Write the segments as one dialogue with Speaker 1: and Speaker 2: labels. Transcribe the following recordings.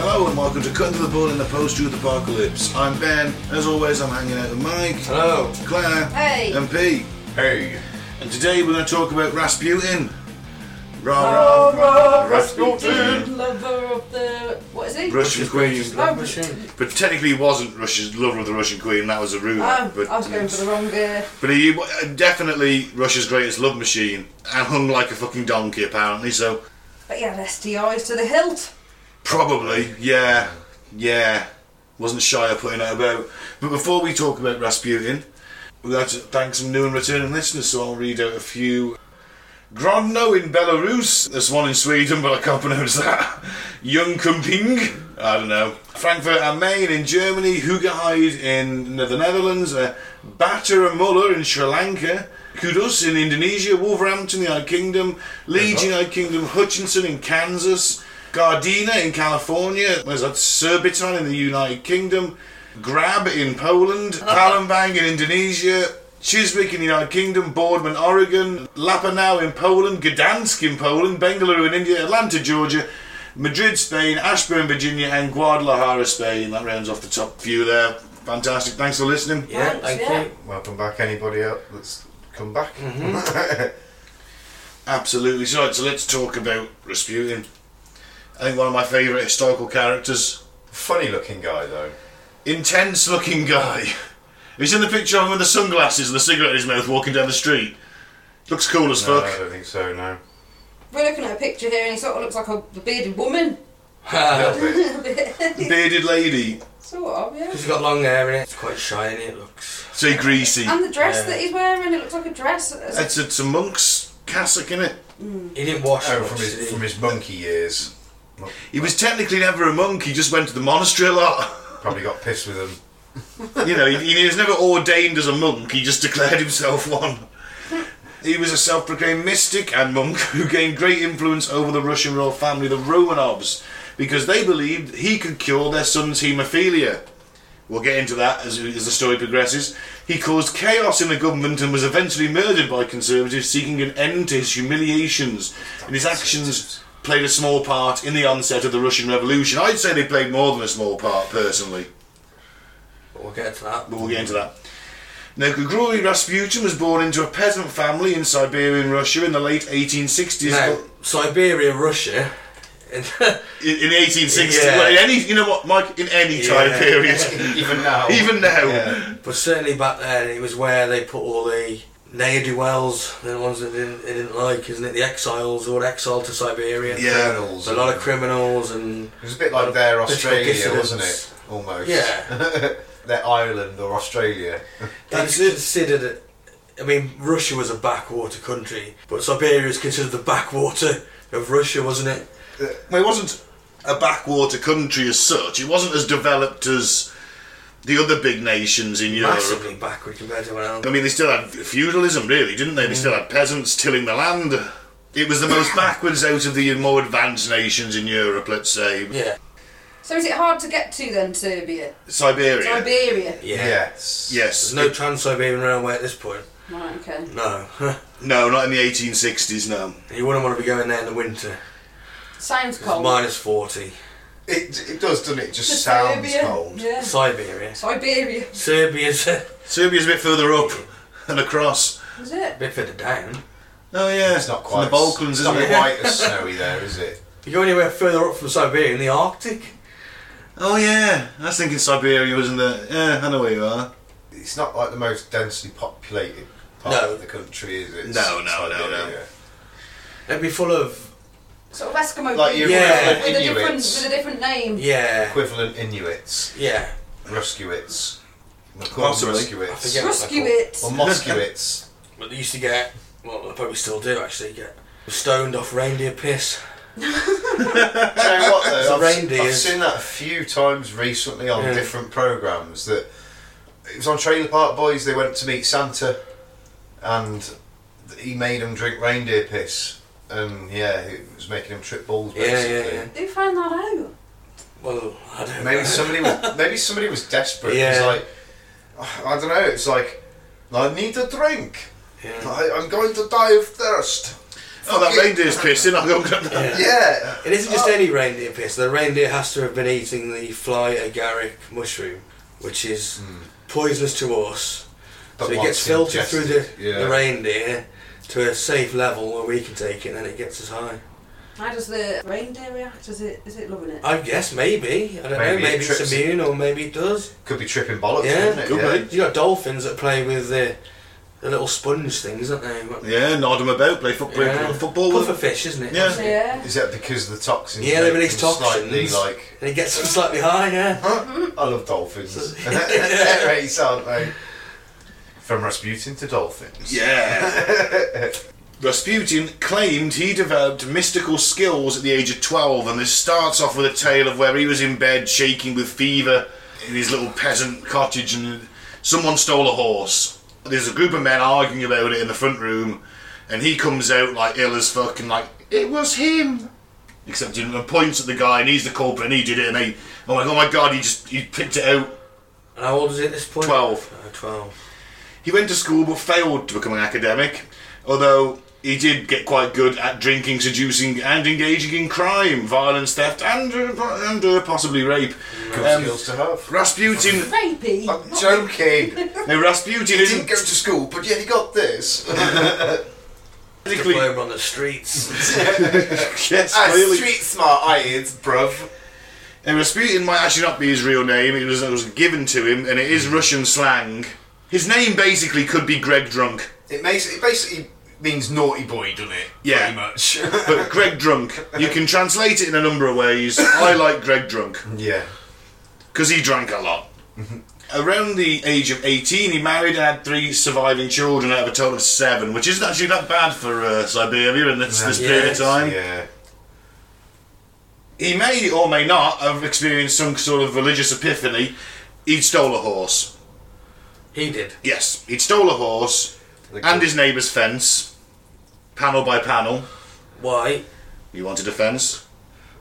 Speaker 1: Hello and welcome to Cutting to the Bull in the Post Truth Apocalypse. I'm Ben. As always, I'm hanging out with Mike,
Speaker 2: Hello.
Speaker 1: Claire,
Speaker 3: Hey.
Speaker 1: and Pete.
Speaker 2: Hey.
Speaker 1: And today we're going to talk about Rasputin.
Speaker 3: Oh,
Speaker 1: Rah rah.
Speaker 2: Rasputin.
Speaker 3: Lover of the what is he?
Speaker 1: Russian Queen.
Speaker 3: Oh,
Speaker 1: But technically, it wasn't Russia's lover of the Russian Queen. That was a rumor.
Speaker 3: Oh,
Speaker 1: but,
Speaker 3: I was going for the wrong uh,
Speaker 1: But he w- definitely Russia's greatest love machine and hung like a fucking donkey apparently. So
Speaker 3: But he had STIs to the hilt.
Speaker 1: Probably, yeah, yeah. Wasn't shy of putting that about. But before we talk about Rasputin, we'd like to thank some new and returning listeners, so I'll read out a few. Grodno in Belarus, there's one in Sweden, but I can't pronounce that. Jönköping, I don't know. Frankfurt am Main in Germany, Hugeheid in the Netherlands, uh, Bataramulla in Sri Lanka, Kudus in Indonesia, Wolverhampton, the United Kingdom, Leeds, United Kingdom, Hutchinson in Kansas, Gardena in California. There's that Surbiton in the United Kingdom, Grab in Poland, Palembang in Indonesia, Chiswick in the United Kingdom, Boardman, Oregon, Lapanau in Poland, Gdansk in Poland, Bengaluru in India, Atlanta, Georgia, Madrid, Spain, Ashburn, Virginia, and Guadalajara, Spain. That rounds off the top few there. Fantastic. Thanks for listening.
Speaker 2: Yeah,
Speaker 3: Thanks,
Speaker 2: thank
Speaker 3: yeah.
Speaker 2: you.
Speaker 4: Welcome back, anybody else that's come back. Mm-hmm.
Speaker 1: Absolutely. So, right, so let's talk about Rasputin. I think one of my favourite historical characters.
Speaker 4: Funny looking guy, though.
Speaker 1: intense looking guy. He's in the picture of him with the sunglasses and the cigarette in his mouth walking down the street. Looks cool as
Speaker 4: No, I
Speaker 1: fuck.
Speaker 4: don't think so, no.
Speaker 3: We're looking at a picture here, and he sort of looks like a the bearded woman.
Speaker 4: A
Speaker 2: Ah,
Speaker 4: little bit.
Speaker 1: Bearded lady.
Speaker 3: Sort of, yeah.
Speaker 2: He's got long hair in it. It's quite shiny. It looks.
Speaker 1: So greasy.
Speaker 3: And the dress
Speaker 2: Yeah.
Speaker 3: that he's wearing, it looks like a dress. It's-
Speaker 1: It's, it's a monk's cassock, innit?
Speaker 2: He didn't wash
Speaker 4: Oh,
Speaker 2: much,
Speaker 4: from
Speaker 2: did he?
Speaker 4: his, from his monkey years.
Speaker 1: He was technically never a monk, he just went to the monastery a lot.
Speaker 4: Probably got pissed with him.
Speaker 1: you know, he, he was never ordained as a monk, he just declared himself one. He was a self proclaimed mystic and monk who gained great influence over the Russian royal family, the Romanovs, because they believed he could cure their son's haemophilia. We'll get into that as, as the story progresses. He caused chaos in the government and was eventually murdered by conservatives seeking an end to his humiliations. And his actions played a small part in the onset of the Russian Revolution. I'd say they played more than a small part, personally
Speaker 2: But we'll get to that.
Speaker 1: but we'll get into that. Now, Grigori Rasputin was born into a peasant family in Siberian Russia in the late 1860s.
Speaker 2: Now,
Speaker 1: Well,
Speaker 2: Siberia, Russia. and
Speaker 1: in, in 1860s,
Speaker 2: Yeah.
Speaker 1: well, in any, you know what, Mike, in any time
Speaker 2: Yeah.
Speaker 1: period.
Speaker 4: Even now.
Speaker 1: Even now.
Speaker 4: Yeah.
Speaker 2: but certainly back then, it was where they put all the ne'er do wells, the ones that didn't, they didn't like, isn't it? The exiles, all exiled to Siberia.
Speaker 1: Yeah.
Speaker 4: Colonels.
Speaker 2: A lot of criminals and.
Speaker 4: It was a bit like their
Speaker 2: Political
Speaker 4: Australia,
Speaker 2: dissidents.
Speaker 4: wasn't it? Almost.
Speaker 2: Yeah.
Speaker 4: their Ireland or Australia.
Speaker 2: That's considered. A, I mean, Russia was a backwater country, but Siberia is considered the backwater of Russia, wasn't it?
Speaker 1: Well, it wasn't a backwater country as such, it wasn't as developed as the other big nations in Europe.
Speaker 2: Massively backward compared to everyone else.
Speaker 1: I mean, they still had feudalism, really, didn't they? They still had peasants tilling the land. It was the most backwards out of the more advanced nations in Europe, let's say.
Speaker 2: Yeah.
Speaker 3: so is it hard to get to then, Serbia? Siberia.
Speaker 2: Yeah.
Speaker 4: Yes.
Speaker 1: Yes.
Speaker 2: There's no Trans-Siberian Railway at this point.
Speaker 3: Right. Okay.
Speaker 2: No.
Speaker 1: No, not in the 1860s, no.
Speaker 2: you wouldn't want to be going there in the winter.
Speaker 3: Sounds
Speaker 2: It's
Speaker 3: cold.
Speaker 2: minus 40.
Speaker 4: It, it does, doesn't it? It just
Speaker 3: To
Speaker 4: sounds
Speaker 3: Serbia.
Speaker 4: cold.
Speaker 3: Yeah.
Speaker 2: Siberia.
Speaker 3: Siberia.
Speaker 2: Serbia's a
Speaker 1: Serbia's a bit further up and across.
Speaker 3: Is it?
Speaker 2: bit further down.
Speaker 1: Oh, yeah.
Speaker 4: It's not
Speaker 1: From
Speaker 4: quite.
Speaker 1: the Balkans,
Speaker 4: it's not
Speaker 1: isn't it?
Speaker 4: quite as snowy there, is it?
Speaker 2: You go anywhere further up from Siberia in the Arctic?
Speaker 1: Oh, yeah. I was thinking Siberia, wasn't it? Yeah, I know where you are.
Speaker 4: It's not like the most densely populated part
Speaker 2: No.
Speaker 4: of the country, is it?
Speaker 1: No, no, no, no.
Speaker 4: Siberia.
Speaker 2: It'd be full of.
Speaker 3: Sort of Eskimo.
Speaker 4: Like your
Speaker 3: people.
Speaker 2: Yeah.
Speaker 3: With
Speaker 4: equivalent
Speaker 3: a different
Speaker 4: Inuits.
Speaker 3: with a different name.
Speaker 2: Yeah.
Speaker 4: Equivalent Inuits.
Speaker 2: Yeah.
Speaker 4: Ruskiewicz.
Speaker 1: Possibly.
Speaker 2: I
Speaker 4: Ruskiewicz.
Speaker 2: forget
Speaker 4: Or
Speaker 2: what they're
Speaker 3: Rescue
Speaker 2: called.
Speaker 3: it.
Speaker 4: Moskiewicz.
Speaker 2: But they used to get, well, they probably still do actually, get stoned off reindeer piss.
Speaker 4: Do you know what, though?
Speaker 2: The
Speaker 4: I've, I've
Speaker 2: reindeers.
Speaker 4: seen that a few times recently on
Speaker 2: Yeah.
Speaker 4: different programmes that it was on Trailer Park Boys they went to meet Santa and he made them drink reindeer piss and yeah he was making them trip balls
Speaker 2: Yeah,
Speaker 4: basically
Speaker 2: yeah, yeah.
Speaker 3: Who found that out?
Speaker 2: Well, I don't know.
Speaker 4: Maybe somebody was maybe somebody was desperate. It was
Speaker 2: Yeah.
Speaker 4: like I don't know. It's like I need a drink.
Speaker 2: Yeah.
Speaker 4: I, I'm going to die of thirst.
Speaker 1: Oh, that reindeer's pissing. I'll go and grab that.
Speaker 2: Yeah.
Speaker 4: Yeah.
Speaker 2: It isn't just any reindeer piss. The reindeer has to have been eating the fly agaric mushroom, which is poisonous to us.
Speaker 4: Hmm. But
Speaker 2: so it
Speaker 4: once
Speaker 2: gets filtered through the,
Speaker 4: ingested, yeah.
Speaker 2: the reindeer to a safe level where we can take it, and then it gets us high.
Speaker 3: How does the uh, reindeer react? Is it uh, is it loving it?
Speaker 2: I guess maybe. I don't
Speaker 4: Maybe
Speaker 2: know.
Speaker 4: it
Speaker 2: Maybe
Speaker 4: trips
Speaker 2: it's
Speaker 4: it.
Speaker 2: immune, or maybe it does.
Speaker 4: Could be tripping bollocks,
Speaker 2: Yeah.
Speaker 4: couldn't it?
Speaker 1: Could
Speaker 4: yeah.
Speaker 1: be.
Speaker 2: You got dolphins that play with the, the little sponge things, don't they? What-
Speaker 1: Yeah, nod him about, play football,
Speaker 2: Yeah.
Speaker 1: football with
Speaker 2: Puffer
Speaker 1: him.
Speaker 2: fish, isn't it?
Speaker 1: Yeah.
Speaker 3: yeah.
Speaker 4: Is that because the toxins?
Speaker 2: Yeah, they
Speaker 4: make
Speaker 2: release
Speaker 4: them Slightly
Speaker 2: toxins.
Speaker 4: like.
Speaker 2: And it gets them slightly high, yeah.
Speaker 4: Huh? I love dolphins. They're race, aren't they? From Rasputin to dolphins.
Speaker 1: Yeah. Rasputin claimed he developed mystical skills at the age of 12, and this starts off with a tale of where he was in bed shaking with fever in his little peasant cottage, and someone stole a horse. There's a group of men arguing about it in the front room, and he comes out like ill as fuck and like, it was him! Except he points at the guy, and he's the culprit, and he did it, and he, I'm like, oh my god, he just he picked it out.
Speaker 2: And how old is it at this point?
Speaker 1: 12.
Speaker 2: Oh, 12.
Speaker 1: He went to school but failed to become an academic, although he did get quite good at drinking, seducing, and engaging in crime, violence, theft, and, uh, and uh, possibly rape.
Speaker 4: Good
Speaker 1: Um,
Speaker 4: skills to have.
Speaker 1: Rasputin.
Speaker 3: Rapey.
Speaker 2: uh,
Speaker 4: I'm joking.
Speaker 1: No, Rasputin
Speaker 4: he didn't
Speaker 1: isn't
Speaker 4: go to school, but yet he got this.
Speaker 1: technically.
Speaker 2: Diploma on the streets.
Speaker 1: Yes,
Speaker 4: Ah,
Speaker 1: clearly.
Speaker 4: street smart irons, bruv.
Speaker 1: And Rasputin might actually not be his real name. It was, it was given to him, and it
Speaker 4: Hmm.
Speaker 1: is Russian slang. His name basically could be Greg Drunk,
Speaker 4: It makes it basically means naughty boy, doesn't it?
Speaker 1: Yeah.
Speaker 4: Pretty much.
Speaker 1: but Greg Drunk. You can translate it in a number of ways. I like Greg Drunk.
Speaker 4: yeah.
Speaker 1: because he drank a lot. Around the age of 18, he married and had three surviving children out of a total of seven, which isn't actually that bad for uh, Siberia in this, this
Speaker 2: Yeah.
Speaker 1: period of time.
Speaker 4: Yeah.
Speaker 1: He may or may not have experienced some sort of religious epiphany. He'd stole a horse.
Speaker 2: he did.
Speaker 1: Yes, he'd stole a horse
Speaker 4: Like
Speaker 1: and
Speaker 4: the-
Speaker 1: his neighbour's fence, panel by panel.
Speaker 2: Why?
Speaker 1: He wanted a fence.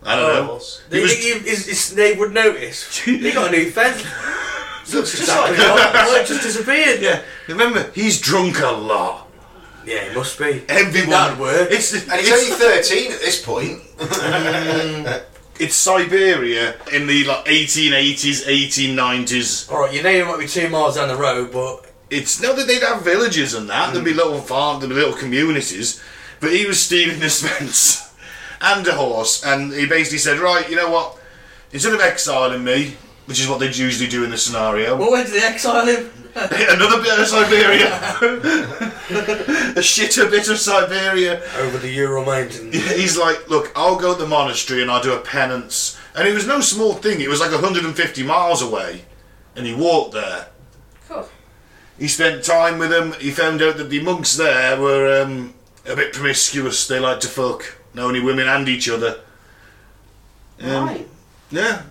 Speaker 1: I don't know.
Speaker 4: Horse.
Speaker 1: He
Speaker 2: They,
Speaker 1: was-
Speaker 2: think you- is- is- they would notice. he got a new fence. Looks exactly like well, it just disappeared.
Speaker 1: Yeah, remember, he's drunk a lot.
Speaker 2: Yeah, it must be.
Speaker 1: Everyone.
Speaker 2: That'd work.
Speaker 1: It's,
Speaker 4: And he's
Speaker 1: it's-
Speaker 4: only 13 at this point.
Speaker 1: it's Siberia in the like 1880s, 1890s.
Speaker 2: All right, your neighbour might be two miles down the road, but
Speaker 1: It's not that they'd have villages and that. There'd be little farm, there'd be little communities, but he was stealing this fence and a horse, and he basically said, "Right, you know what? Instead of exiling me." Which is what they'd usually do in this scenario.
Speaker 2: well, Oh, where did they exile him?
Speaker 1: Another bit of Siberia. a shitter bit of Siberia.
Speaker 2: Over the Ural Mountains.
Speaker 1: He's like, look, I'll go to the monastery and I'll do a penance. And it was no small thing. It was like 150 miles away. And he walked there.
Speaker 3: Cool.
Speaker 1: He spent time with them. He found out that the monks there were um, a bit promiscuous. They liked to fuck. Not only women and each other.
Speaker 2: Um,
Speaker 3: right.
Speaker 1: Yeah.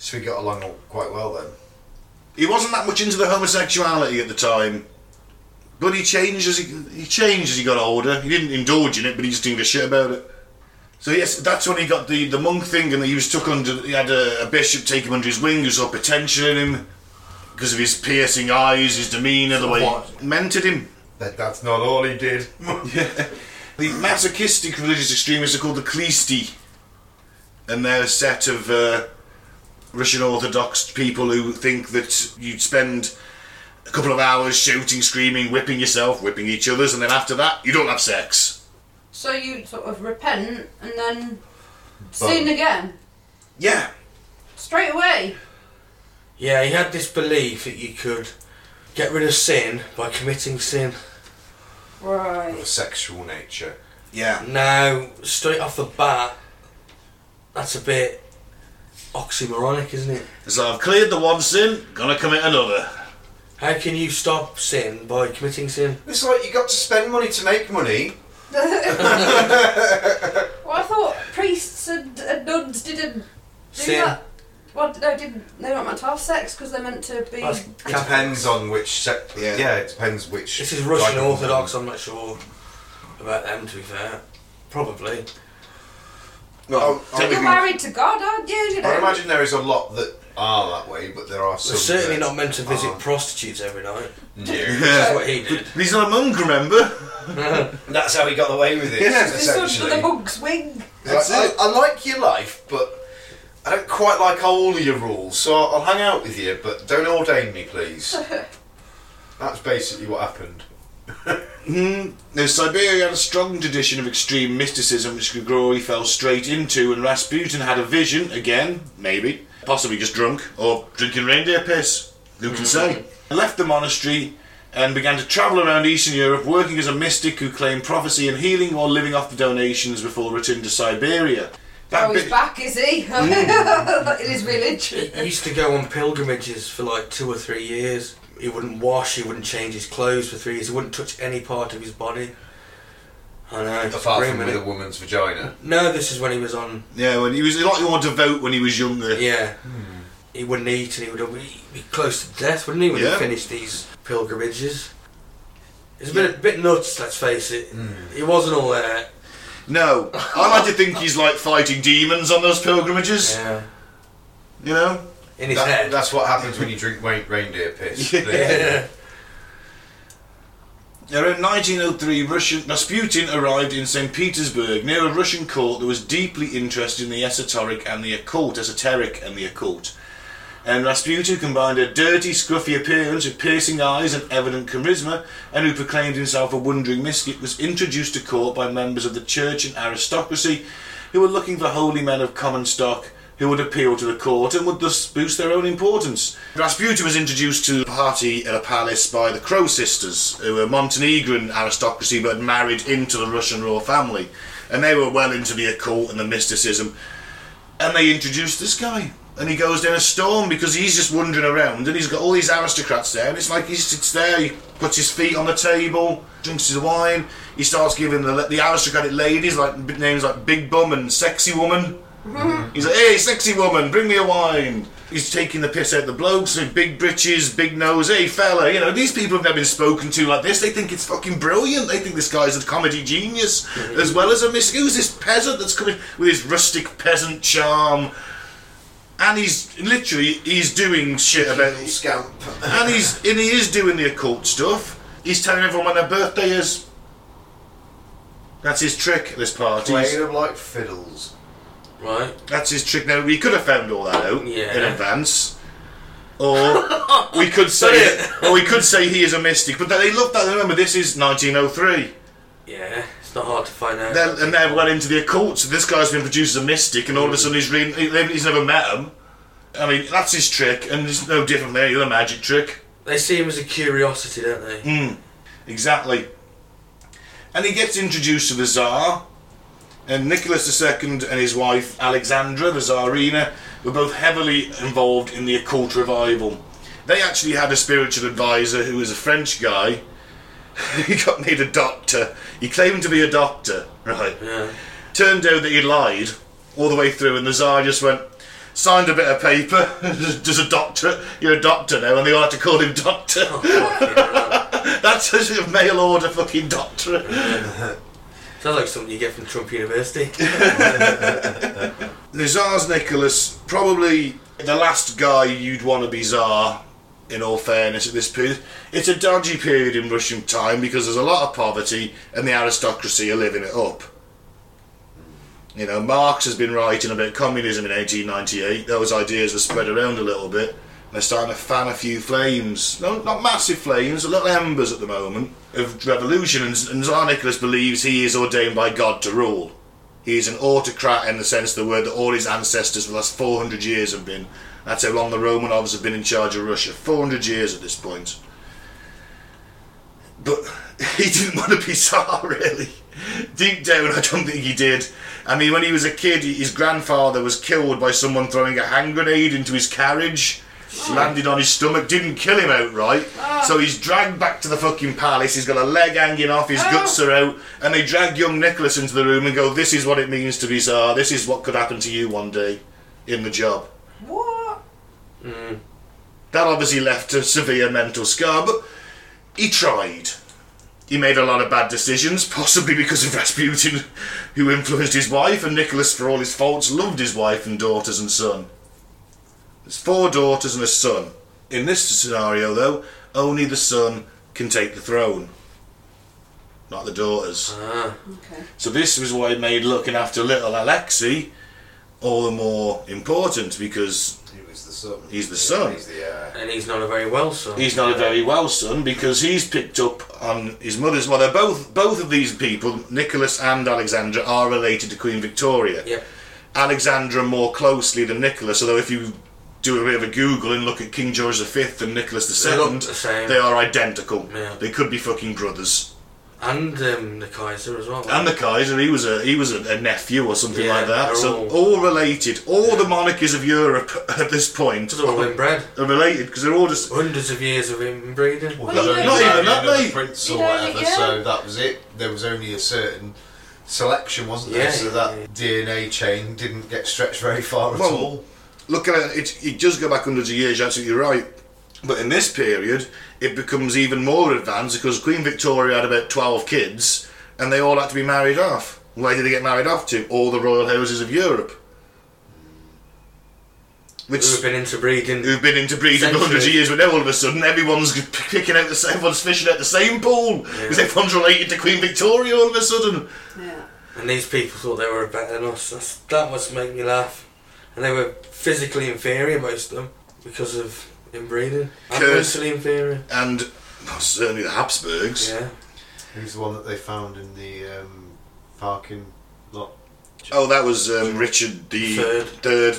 Speaker 4: So we got along quite well then.
Speaker 1: He wasn't that much into the homosexuality at the time. But he changed as he, he changed as he got older. He didn't indulge in it, but he just didn't give a shit about it. So yes, that's when he got the, the monk thing, and he was took under. He had a, a bishop take him under his wing, who saw potential in him because of his piercing eyes, his demeanour, the way
Speaker 2: What?
Speaker 1: he mentored him.
Speaker 4: That, that's not all he did.
Speaker 1: The masochistic religious extremists are called the Klisti, and they're a set of uh, Russian Orthodox people who think that you'd spend a couple of hours shouting, screaming, whipping yourself, whipping each other's, and then after that, you don't have sex.
Speaker 3: So you sort of repent and then sin again
Speaker 1: Yeah.
Speaker 3: straight away.
Speaker 2: Yeah, he had this belief that you could get rid of sin by committing sin.
Speaker 4: Of a
Speaker 3: Right.
Speaker 4: sexual nature.
Speaker 1: Yeah.
Speaker 2: Now, straight off the bat, that's a bit oxymoronic, isn't it?
Speaker 1: So I've cleared the one sin, gonna commit another.
Speaker 2: How can you stop sin by committing sin?
Speaker 4: It's like you got to spend money to make money.
Speaker 3: Well, I thought priests and, and nuns didn't do
Speaker 2: Sin.
Speaker 3: that. Well, no, didn't they? Don't meant to have sex because they're meant to be.
Speaker 2: That's-
Speaker 4: It depends on which sect.
Speaker 1: Yeah.
Speaker 4: Yeah. it depends which.
Speaker 2: This is Russian
Speaker 4: type of-
Speaker 2: Orthodox, I'm not sure about them, to be fair. Probably.
Speaker 1: Well,
Speaker 4: Oh, oh,
Speaker 1: technically-
Speaker 3: You're married to God, aren't you? You know.
Speaker 4: I imagine there is a lot that are that way, but there are some.
Speaker 2: We're certainly
Speaker 4: that
Speaker 2: not meant to visit
Speaker 4: aren't.
Speaker 2: prostitutes every night. That's
Speaker 1: Yeah.
Speaker 2: what he did.
Speaker 1: But he's not a monk, remember?
Speaker 4: That's how he got away with it.
Speaker 1: Yeah.
Speaker 3: This one's for the
Speaker 4: essentially.
Speaker 3: monk's wing.
Speaker 1: That's
Speaker 4: I,
Speaker 1: it.
Speaker 4: I, I like your life, but I don't quite like all of your rules, so I'll, I'll hang out with you, but don't ordain me, please. That's basically what happened.
Speaker 1: Mm, now, Siberia had a strong tradition of extreme mysticism, which Grigori fell straight into, and Rasputin had a vision, again, maybe, possibly just drunk, or drinking reindeer piss, who can say?
Speaker 3: Mm.
Speaker 1: Left the monastery and began to travel around Eastern Europe, working as a mystic who claimed prophecy and healing while living off the donations before returning to Siberia. That
Speaker 3: Oh, he's
Speaker 1: bit-
Speaker 3: back, is he? it is religion.
Speaker 2: He used to go on pilgrimages for like two or three years. He wouldn't wash, he wouldn't change his clothes for three years, he wouldn't touch any part of his body. I know. it's
Speaker 4: Apart
Speaker 2: grim,
Speaker 4: from with
Speaker 2: isn't
Speaker 4: a woman's vagina.
Speaker 2: it? No, this is when he was on.
Speaker 1: Yeah, when he was a lot more devout when he was younger.
Speaker 2: Yeah. He wouldn't eat and he would he'd be close to death, wouldn't he, when
Speaker 1: Yeah.
Speaker 2: he finished these pilgrimages? It's a bit, a bit nuts, let's face it. He wasn't all there.
Speaker 1: No, I like to think he's like fighting demons on those pilgrimages,
Speaker 2: Yeah.
Speaker 1: you know?
Speaker 2: In his
Speaker 4: That-
Speaker 2: head.
Speaker 4: That's what happens when you drink rain, reindeer piss.
Speaker 2: yeah.
Speaker 1: Around 1903, Russian Rasputin arrived in St. Petersburg near a Russian court that was deeply interested in the esoteric and the occult, esoteric and the occult. And Rasputin combined a dirty, scruffy appearance with piercing eyes and evident charisma, and who proclaimed himself a wandering mystic, was introduced to court by members of the church and aristocracy who were looking for holy men of common stock who would appeal to the court and would thus boost their own importance. Rasputin was introduced to the party at a palace by the Crow sisters, who were Montenegrin aristocracy but had married into the Russian royal family. And they were well into the occult and the mysticism and they introduce this guy. And he goes down a storm because he's just wandering around and he's got all these aristocrats there. And it's like he sits there, he puts his feet on the table, drinks his wine. He starts giving the, the aristocratic ladies like b- names like Big Bum and Sexy Woman. He's like, hey, sexy woman, bring me a wine. He's taking the piss out the blokes with big britches, big nose, hey fella. You know, these people have never been spoken to like this. They think it's fucking brilliant. They think this guy's a comedy genius, as well as a miss. Who's this peasant that's coming with his rustic peasant charm? And he's literally he's doing shit about
Speaker 4: Little scamp.
Speaker 1: and he's and he is doing the occult stuff. He's telling everyone when their birthday is. That's his trick. This party.
Speaker 4: Playing them like fiddles.
Speaker 2: Right.
Speaker 1: That's his trick. Now we could have found all that out
Speaker 2: Yeah.
Speaker 1: in advance, or we could say, or we could say he is a mystic. But they love that. Remember, this is 1903,
Speaker 2: Yeah. It's not hard to find out.
Speaker 1: they're, and they're well into the occult. So this guy's been produced as a mystic, and all of a sudden he's re- he- he's never met him. I mean, that's his trick, and it's no different than any other magic trick.
Speaker 2: They see him as a curiosity, don't they?
Speaker 1: Exactly. And he gets introduced to the Tsar, and Nicholas II and his wife Alexandra, the Tsarina, were both heavily involved in the occult revival. They actually had a spiritual advisor who was a French guy. he got made a doctor. He claimed to be a doctor, right?
Speaker 2: Yeah.
Speaker 1: Turned out that he lied all the way through, and the Tsar just went, signed a bit of paper, just a doctor, you're a doctor now, and they all had to call him doctor. That's a sort of mail order fucking doctorate.
Speaker 2: Sounds like something you get from Trump University.
Speaker 1: The Tsar's Nicholas, probably the last guy you'd want to be Tsar, in all fairness, at this period. It's a dodgy period in Russian time because there's a lot of poverty and the aristocracy are living it up. You know, Marx has been writing about communism in 1898. Those ideas were spread around a little bit. They're starting to fan a few flames. No, not massive flames, but little embers at the moment of revolution. And, and Tsar Nicholas believes he is ordained by God to rule. He is an autocrat in the sense of the word that all his ancestors for the last 400 years have been. That's how long the Romanovs have been in charge of Russia. 400 years at this point. But he didn't want to be Tsar, really. Deep down, I don't think he did. I mean, when he was a kid, his grandfather was killed by someone throwing a hand grenade into his carriage. Landed on his stomach, didn't kill him outright. So he's dragged back to the fucking palace. He's got a leg hanging off, his guts are out, and they drag young Nicholas into the room and go, "This is what it means to be Tsar. This is what could happen to you one day, in the job."
Speaker 3: What?
Speaker 1: That obviously left a severe mental scar, but he tried. He made a lot of bad decisions, possibly because of Rasputin, who influenced his wife, and Nicholas, for all his faults, loved his wife and daughters and son. There's four daughters and a son. In this scenario, though, only the son can take the throne, not the daughters.
Speaker 2: Ah,
Speaker 3: Okay.
Speaker 1: So this was why it made looking after little Alexei all the more important because
Speaker 4: He was the son.
Speaker 1: He's the son.
Speaker 4: He's the heir.
Speaker 2: and he's not a very well son.
Speaker 1: he's not a very well son because he's picked up on his mother's mother. Both both of these people, Nicholas and Alexandra, are related to Queen Victoria.
Speaker 2: Yep.
Speaker 1: Alexandra more closely than Nicholas, although if you do a bit of a Google and look at King George V and Nicholas II,
Speaker 2: They look the same.
Speaker 1: they are identical.
Speaker 2: Yeah.
Speaker 1: They could be fucking brothers.
Speaker 2: And um, the Kaiser as well.
Speaker 1: And the Kaiser, he was a he was a, a nephew or something
Speaker 2: Yeah,
Speaker 1: like that.
Speaker 2: they're
Speaker 1: So
Speaker 2: all-
Speaker 1: all related. All the monarchies of Europe at this point
Speaker 2: They're all inbred.
Speaker 1: are related because they're all just
Speaker 2: Hundreds of years of inbreeding.
Speaker 4: Well,
Speaker 3: Well,
Speaker 4: there's
Speaker 3: yeah,
Speaker 4: only
Speaker 1: not even that,
Speaker 4: another
Speaker 1: mate.
Speaker 4: Prince
Speaker 3: You
Speaker 4: or
Speaker 3: know,
Speaker 4: whatever,
Speaker 3: yeah.
Speaker 4: so that was it. There was only a certain selection, wasn't there?
Speaker 2: Yeah,
Speaker 4: so
Speaker 2: yeah,
Speaker 4: that DNA chain didn't get stretched very far at
Speaker 1: Well,
Speaker 4: all.
Speaker 1: look at it, it, it does go back hundreds of years, you're absolutely right. But in this period, it becomes even more advanced because Queen Victoria had about 12 kids and they all had to be married off. Where did they get married off to? All the royal houses of Europe. Which,
Speaker 2: Who've been interbreeding.
Speaker 1: who've been interbreeding for hundreds of
Speaker 2: Centuries.
Speaker 1: years, but now all of a sudden everyone's picking out the same, everyone's fishing out the same pool because
Speaker 2: Yeah.
Speaker 1: everyone's related to Queen Victoria all of a sudden.
Speaker 3: Yeah.
Speaker 2: And these people thought they were better than us. That's, that must make me laugh. And they were physically inferior, most of them, because of inbreeding. And
Speaker 1: Curse.
Speaker 2: mentally inferior.
Speaker 1: And oh, certainly the Habsburgs.
Speaker 2: Yeah.
Speaker 4: Who's the one that they found in the um, parking lot?
Speaker 1: Oh, that was um, Richard the
Speaker 2: Third.
Speaker 1: Third.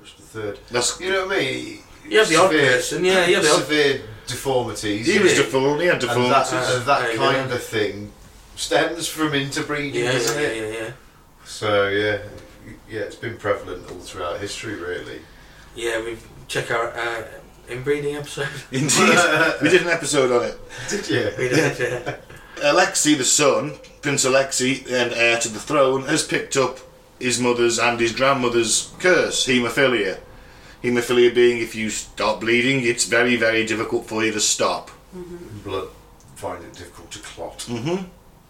Speaker 4: Which the third.
Speaker 1: That's
Speaker 4: You know what I mean?
Speaker 2: You have the odd
Speaker 4: Severe-
Speaker 2: person, yeah, you have the odd-
Speaker 4: Severe deformities.
Speaker 1: he was
Speaker 2: Yeah.
Speaker 1: deformed. He had
Speaker 4: and
Speaker 1: deformed.
Speaker 4: that,
Speaker 2: Ah,
Speaker 4: and that
Speaker 2: there you
Speaker 4: kind
Speaker 2: go.
Speaker 4: of thing stems from interbreeding,
Speaker 2: Yeah,
Speaker 4: doesn't
Speaker 2: yeah, yeah,
Speaker 4: it?
Speaker 2: yeah, yeah.
Speaker 4: So yeah, yeah, it's been prevalent all throughout history, really.
Speaker 2: Yeah, we check our uh, inbreeding episode.
Speaker 1: Indeed, we did an episode on it.
Speaker 4: Did you?
Speaker 2: We did, yeah.
Speaker 1: Alexei the son, Prince Alexei and heir to the throne, has picked up his mother's and his grandmother's curse, haemophilia. Haemophilia being if you start bleeding, it's very very difficult for you to stop.
Speaker 4: Blood find it difficult to clot.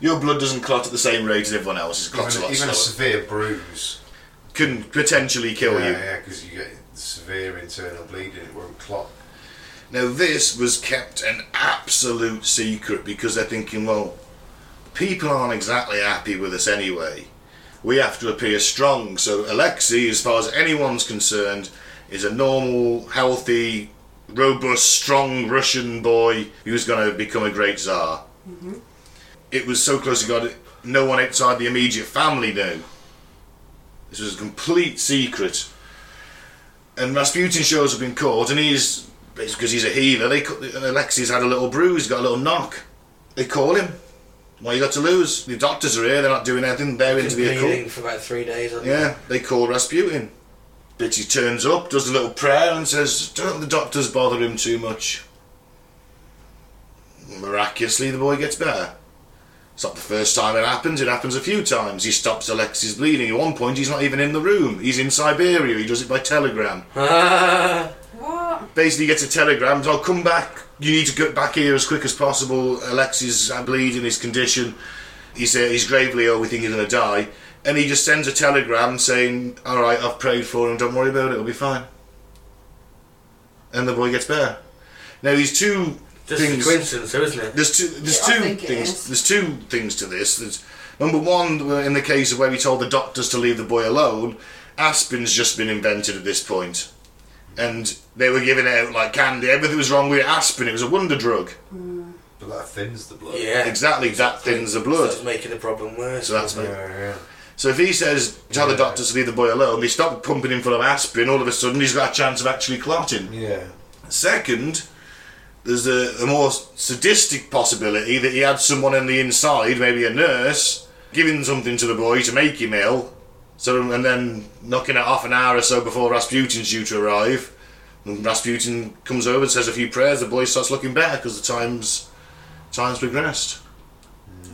Speaker 1: Your blood doesn't clot at the same rate as everyone else's. It clots
Speaker 4: Even,
Speaker 1: a lot
Speaker 4: even a
Speaker 1: slower.
Speaker 4: severe bruise.
Speaker 1: Can potentially kill
Speaker 4: yeah,
Speaker 1: you.
Speaker 4: yeah, because you get severe internal bleeding, it won't clot.
Speaker 1: Now, this was kept an absolute secret because they're thinking, well, people aren't exactly happy with us anyway. We have to appear strong. So, Alexei, as far as anyone's concerned, is a normal, healthy, robust, strong Russian boy who's going to become a great Tsar. It was so close to God, no one outside the immediate family knew. This was a complete secret and Rasputin shows up in court, and he's it's because he's a healer. They cu- Alexei's had a little bruise, got a little knock. They call him. What you got to lose? The doctors are here. They're not doing anything. They're in to be a call.
Speaker 2: Bleeding for about three days. I think.
Speaker 1: Yeah, they call Rasputin. Bitchy turns up, does a little prayer, and says, "Don't let the doctors bother him too much." Miraculously, the boy gets better. It's not the first time it happens. It happens a few times. He stops Alexei's bleeding. At one point, he's not even in the room. He's in Siberia. He does it by telegram
Speaker 2: Ah,
Speaker 3: What?
Speaker 1: basically gets a telegram, I'll come back. You need to get back here as quick as possible. Alexis uh, bleeding, his condition. He's, uh, he's gravely ill, we think he's going to die. And he just sends a telegram saying, All right, I've prayed for him, don't worry about it, it'll be fine. And the boy gets better. Now, these two
Speaker 2: just
Speaker 1: things.
Speaker 2: a coincidence, though, isn't it?
Speaker 1: There's two. There's
Speaker 3: Yeah, I
Speaker 1: two
Speaker 3: think it
Speaker 1: things.
Speaker 3: is.
Speaker 1: There's two things to this. There's number one in the case of where he told the doctors to leave the boy alone. Aspirin's just been invented at this point, and they were giving it out like candy. Everything was wrong with aspirin. It was a wonder drug.
Speaker 4: But that thins the blood.
Speaker 2: Yeah.
Speaker 1: Exactly. That thins the blood.
Speaker 2: So it's making the problem worse.
Speaker 1: So that's
Speaker 4: Yeah, yeah.
Speaker 1: so if he says tell the
Speaker 4: Yeah.
Speaker 1: doctors to leave the boy alone, they stop pumping him full of aspirin. All of a sudden, he's got a chance of actually clotting.
Speaker 4: Yeah.
Speaker 1: Second, there's a, a more sadistic possibility that he had someone on the inside, maybe a nurse, giving something to the boy to make him ill. So and then knocking it off an hour or so before Rasputin's due to arrive. And Rasputin comes over and says a few prayers. The boy starts looking better because the times times progressed.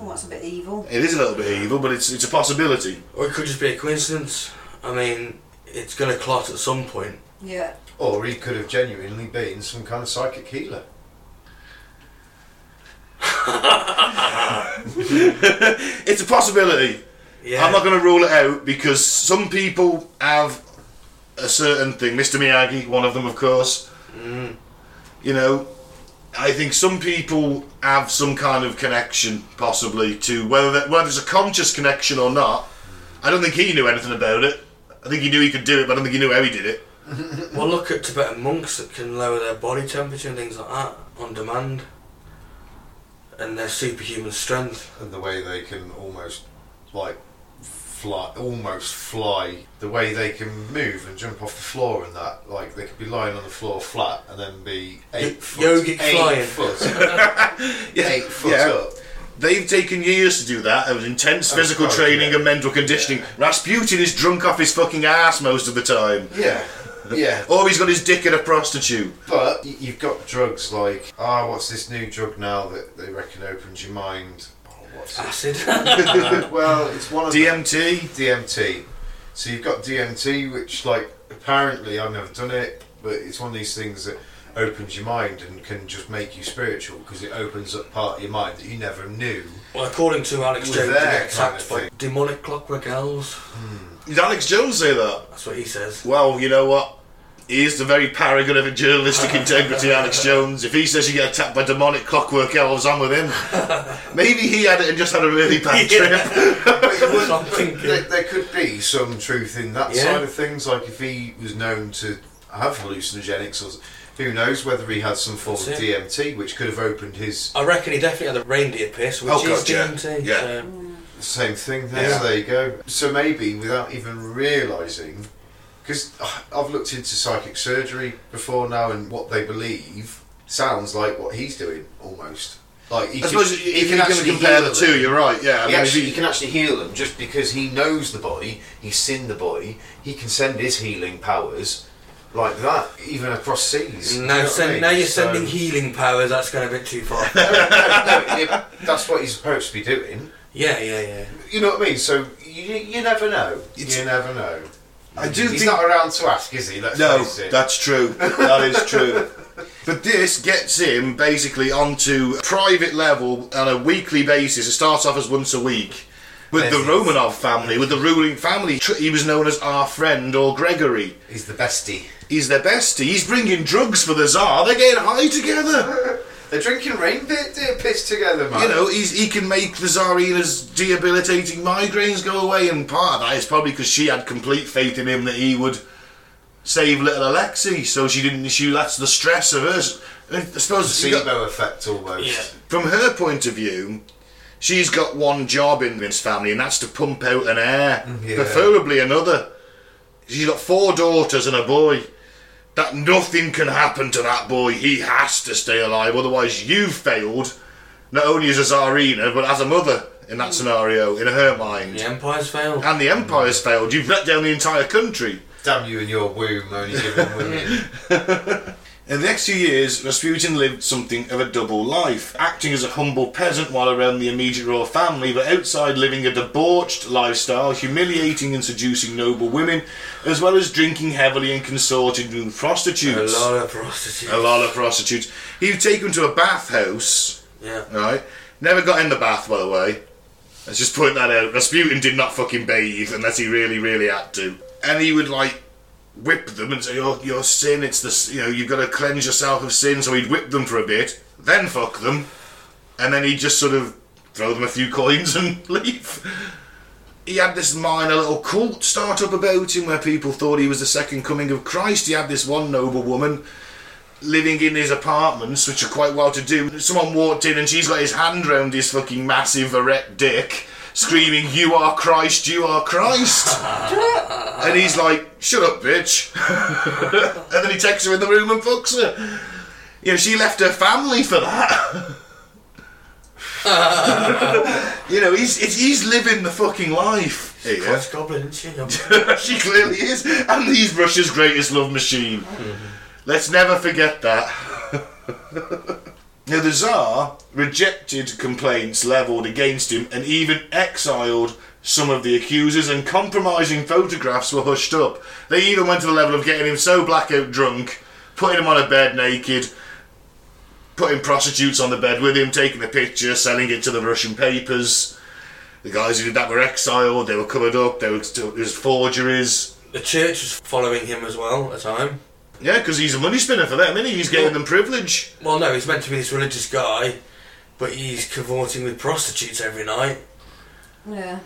Speaker 3: Oh, that's a bit evil.
Speaker 1: It is a little bit evil, but it's it's a possibility.
Speaker 2: Or it could just be a coincidence. I mean, it's going to clot at some point.
Speaker 3: Yeah.
Speaker 4: Or he could have genuinely been some kind of psychic healer.
Speaker 1: It's a possibility.
Speaker 2: Yeah.
Speaker 1: I'm not going to rule it out because some people have a certain thing. Mr. Miyagi, one of them, of course.
Speaker 4: Mm.
Speaker 1: You know, I think some people have some kind of connection, possibly, to whether that, whether it's a conscious connection or not. I don't think he knew anything about it. I think he knew he could do it, but I don't think he knew how he did it.
Speaker 2: Well, look at Tibetan monks that can lower their body temperature and things like that on demand, and their superhuman strength.
Speaker 4: and the way they can almost like fly, almost fly, the way they can move and jump off the floor and that, like they could be lying on the floor flat and then be eight foot,
Speaker 2: yogic
Speaker 4: eight
Speaker 2: flying.
Speaker 4: foot,
Speaker 1: Yeah,
Speaker 4: eight foot
Speaker 1: yeah.
Speaker 4: up.
Speaker 1: They've taken years to do that. There was intense
Speaker 4: Of
Speaker 1: physical
Speaker 4: course,
Speaker 1: training
Speaker 4: yeah.
Speaker 1: and mental conditioning. Rasputin is drunk off his fucking ass most of the time.
Speaker 4: Yeah, yeah.
Speaker 1: Or he's got his dick in a prostitute.
Speaker 4: But y- you've got drugs like ah, what's this new drug now that they reckon opens your mind? Oh, what's it?
Speaker 2: Acid.
Speaker 4: Uh, well, it's one of the-
Speaker 1: DMT.
Speaker 4: DMT. So you've got DMT, which like apparently I've never done it, but it's one of these things that opens your mind and can just make you spiritual because it opens up part of your mind that you never knew.
Speaker 2: well, according to Alex
Speaker 4: With
Speaker 2: Jones, they
Speaker 4: that
Speaker 2: get
Speaker 4: kind of
Speaker 2: attacked by
Speaker 4: thing.
Speaker 2: demonic clockwork elves.
Speaker 1: Did Alex Jones say that?
Speaker 2: That's what he says.
Speaker 1: Well, you know what? He is the very paragon of journalistic integrity, Alex Jones. If he says you get attacked by demonic clockwork elves, I'm with him. Maybe he had it and just had a really bad trip.
Speaker 2: That's what I'm
Speaker 4: There,
Speaker 2: thinking.
Speaker 4: there could be some truth in that
Speaker 2: Yeah.
Speaker 4: side of things. Like if he was known to have hallucinogenics, or s- who knows whether he had some form of
Speaker 2: That's it.
Speaker 4: DMT, which could have opened his
Speaker 2: I reckon he definitely had a reindeer piss, which
Speaker 1: Oh,
Speaker 2: is
Speaker 1: God, yeah.
Speaker 2: DMT.
Speaker 1: Yeah.
Speaker 2: So.
Speaker 4: Same thing. There,
Speaker 1: Yeah.
Speaker 4: so there you go. So maybe without even realising, because I've looked into psychic surgery before now, and what they believe sounds like what he's doing almost. Like he
Speaker 1: I suppose
Speaker 4: can,
Speaker 1: if
Speaker 4: he
Speaker 1: you're
Speaker 4: can
Speaker 1: going to
Speaker 4: actually
Speaker 1: compare
Speaker 4: heal
Speaker 1: the two,
Speaker 4: them.
Speaker 1: you're right, yeah. I
Speaker 4: He
Speaker 1: mean, if
Speaker 4: actually,
Speaker 1: he-
Speaker 4: he can actually heal them just because he knows the body, he's seen the body, he can send his healing powers like that, even across seas. you know
Speaker 2: Now,
Speaker 4: what I
Speaker 2: send,
Speaker 4: mean?
Speaker 2: now you're
Speaker 4: So-
Speaker 2: sending healing powers. That's going a bit too far.
Speaker 4: No, no, it- that's what he's supposed to be doing.
Speaker 2: yeah, yeah, yeah.
Speaker 4: You know what I mean? So you, you never know.
Speaker 1: It's-
Speaker 4: you never know.
Speaker 1: I do
Speaker 4: He's
Speaker 1: think.
Speaker 4: not around to ask, is he? Let's
Speaker 1: No,
Speaker 4: face it.
Speaker 1: that's true. That is true. But this gets him basically onto a private level on a weekly basis. It starts off as once a week. With the
Speaker 4: Yes.
Speaker 1: Romanov family, with the ruling family, Tr- he was known as our friend or Gregory.
Speaker 4: he's the bestie.
Speaker 1: He's their bestie. He's bringing drugs for the Tsar. They're getting high together.
Speaker 4: They're drinking rain bit dear piss together, man.
Speaker 1: You know, he's, he can make the Tsarina's debilitating migraines go away, and part of that is probably because she had complete faith in him that he would save little Alexei, so she didn't. She that's the stress of her. I suppose you got-
Speaker 4: placebo effect almost.
Speaker 2: Yeah.
Speaker 1: from her point of view, she's got one job in this family, and that's to pump out an heir,
Speaker 4: Yeah.
Speaker 1: preferably another. She's got four daughters and a boy. That nothing can happen to that boy. He has to stay alive, otherwise you failed. Not only as a Tsarina, but as a mother in that scenario, in her mind.
Speaker 2: The empire's failed.
Speaker 1: And the empire's failed. You've let down the entire country.
Speaker 4: Damn you and your womb, only giving women.
Speaker 1: In the next few years, Rasputin lived something of a double life, acting as a humble peasant while around the immediate royal family, but outside living a debauched lifestyle, humiliating and seducing noble women, as well as drinking heavily and consorting with
Speaker 2: A
Speaker 1: prostitutes.
Speaker 2: lot of prostitutes.
Speaker 1: A lot of prostitutes. He'd take them to a bathhouse,
Speaker 2: Yeah.
Speaker 1: right? Never got in the bath, by the way. Let's just point that out. Rasputin did not fucking bathe unless he really, really had to. And he would like whip them and say, "Oh, "Your your sin. It's this. You know, you've got to cleanse yourself of sin." So he'd whip them for a bit, then fuck them, and then he'd just sort of throw them a few coins and leave. He had this minor little cult start up about him where people thought he was the second coming of Christ. He had this one noble woman living in his apartments, which are quite well to do. Someone walked in and she's got his hand round his fucking massive erect dick, screaming, You are Christ, you are Christ. and he's like, Shut up, bitch. and then he takes her in the room and fucks her. You know, she left her family for that. you know, he's, he's living the fucking life here.
Speaker 2: That's goblin, isn't she?
Speaker 1: she clearly is. And he's Russia's greatest love machine. Let's never forget that. now, the Tsar rejected complaints levelled against him and even exiled some of the accusers, and compromising photographs were hushed up. They even went to the level of getting him so blackout drunk, putting him on a bed naked. Putting prostitutes on the bed with him, taking the picture, selling it to the Russian papers. The guys who did that were exiled. They were covered up. They were still, it was forgeries.
Speaker 2: The church was following him as well at the time.
Speaker 1: Yeah, because he's a money spinner for them, isn't he? He's giving them privilege.
Speaker 2: Well, no, he's meant to be this religious guy, but he's cavorting with prostitutes every night.
Speaker 3: Yeah.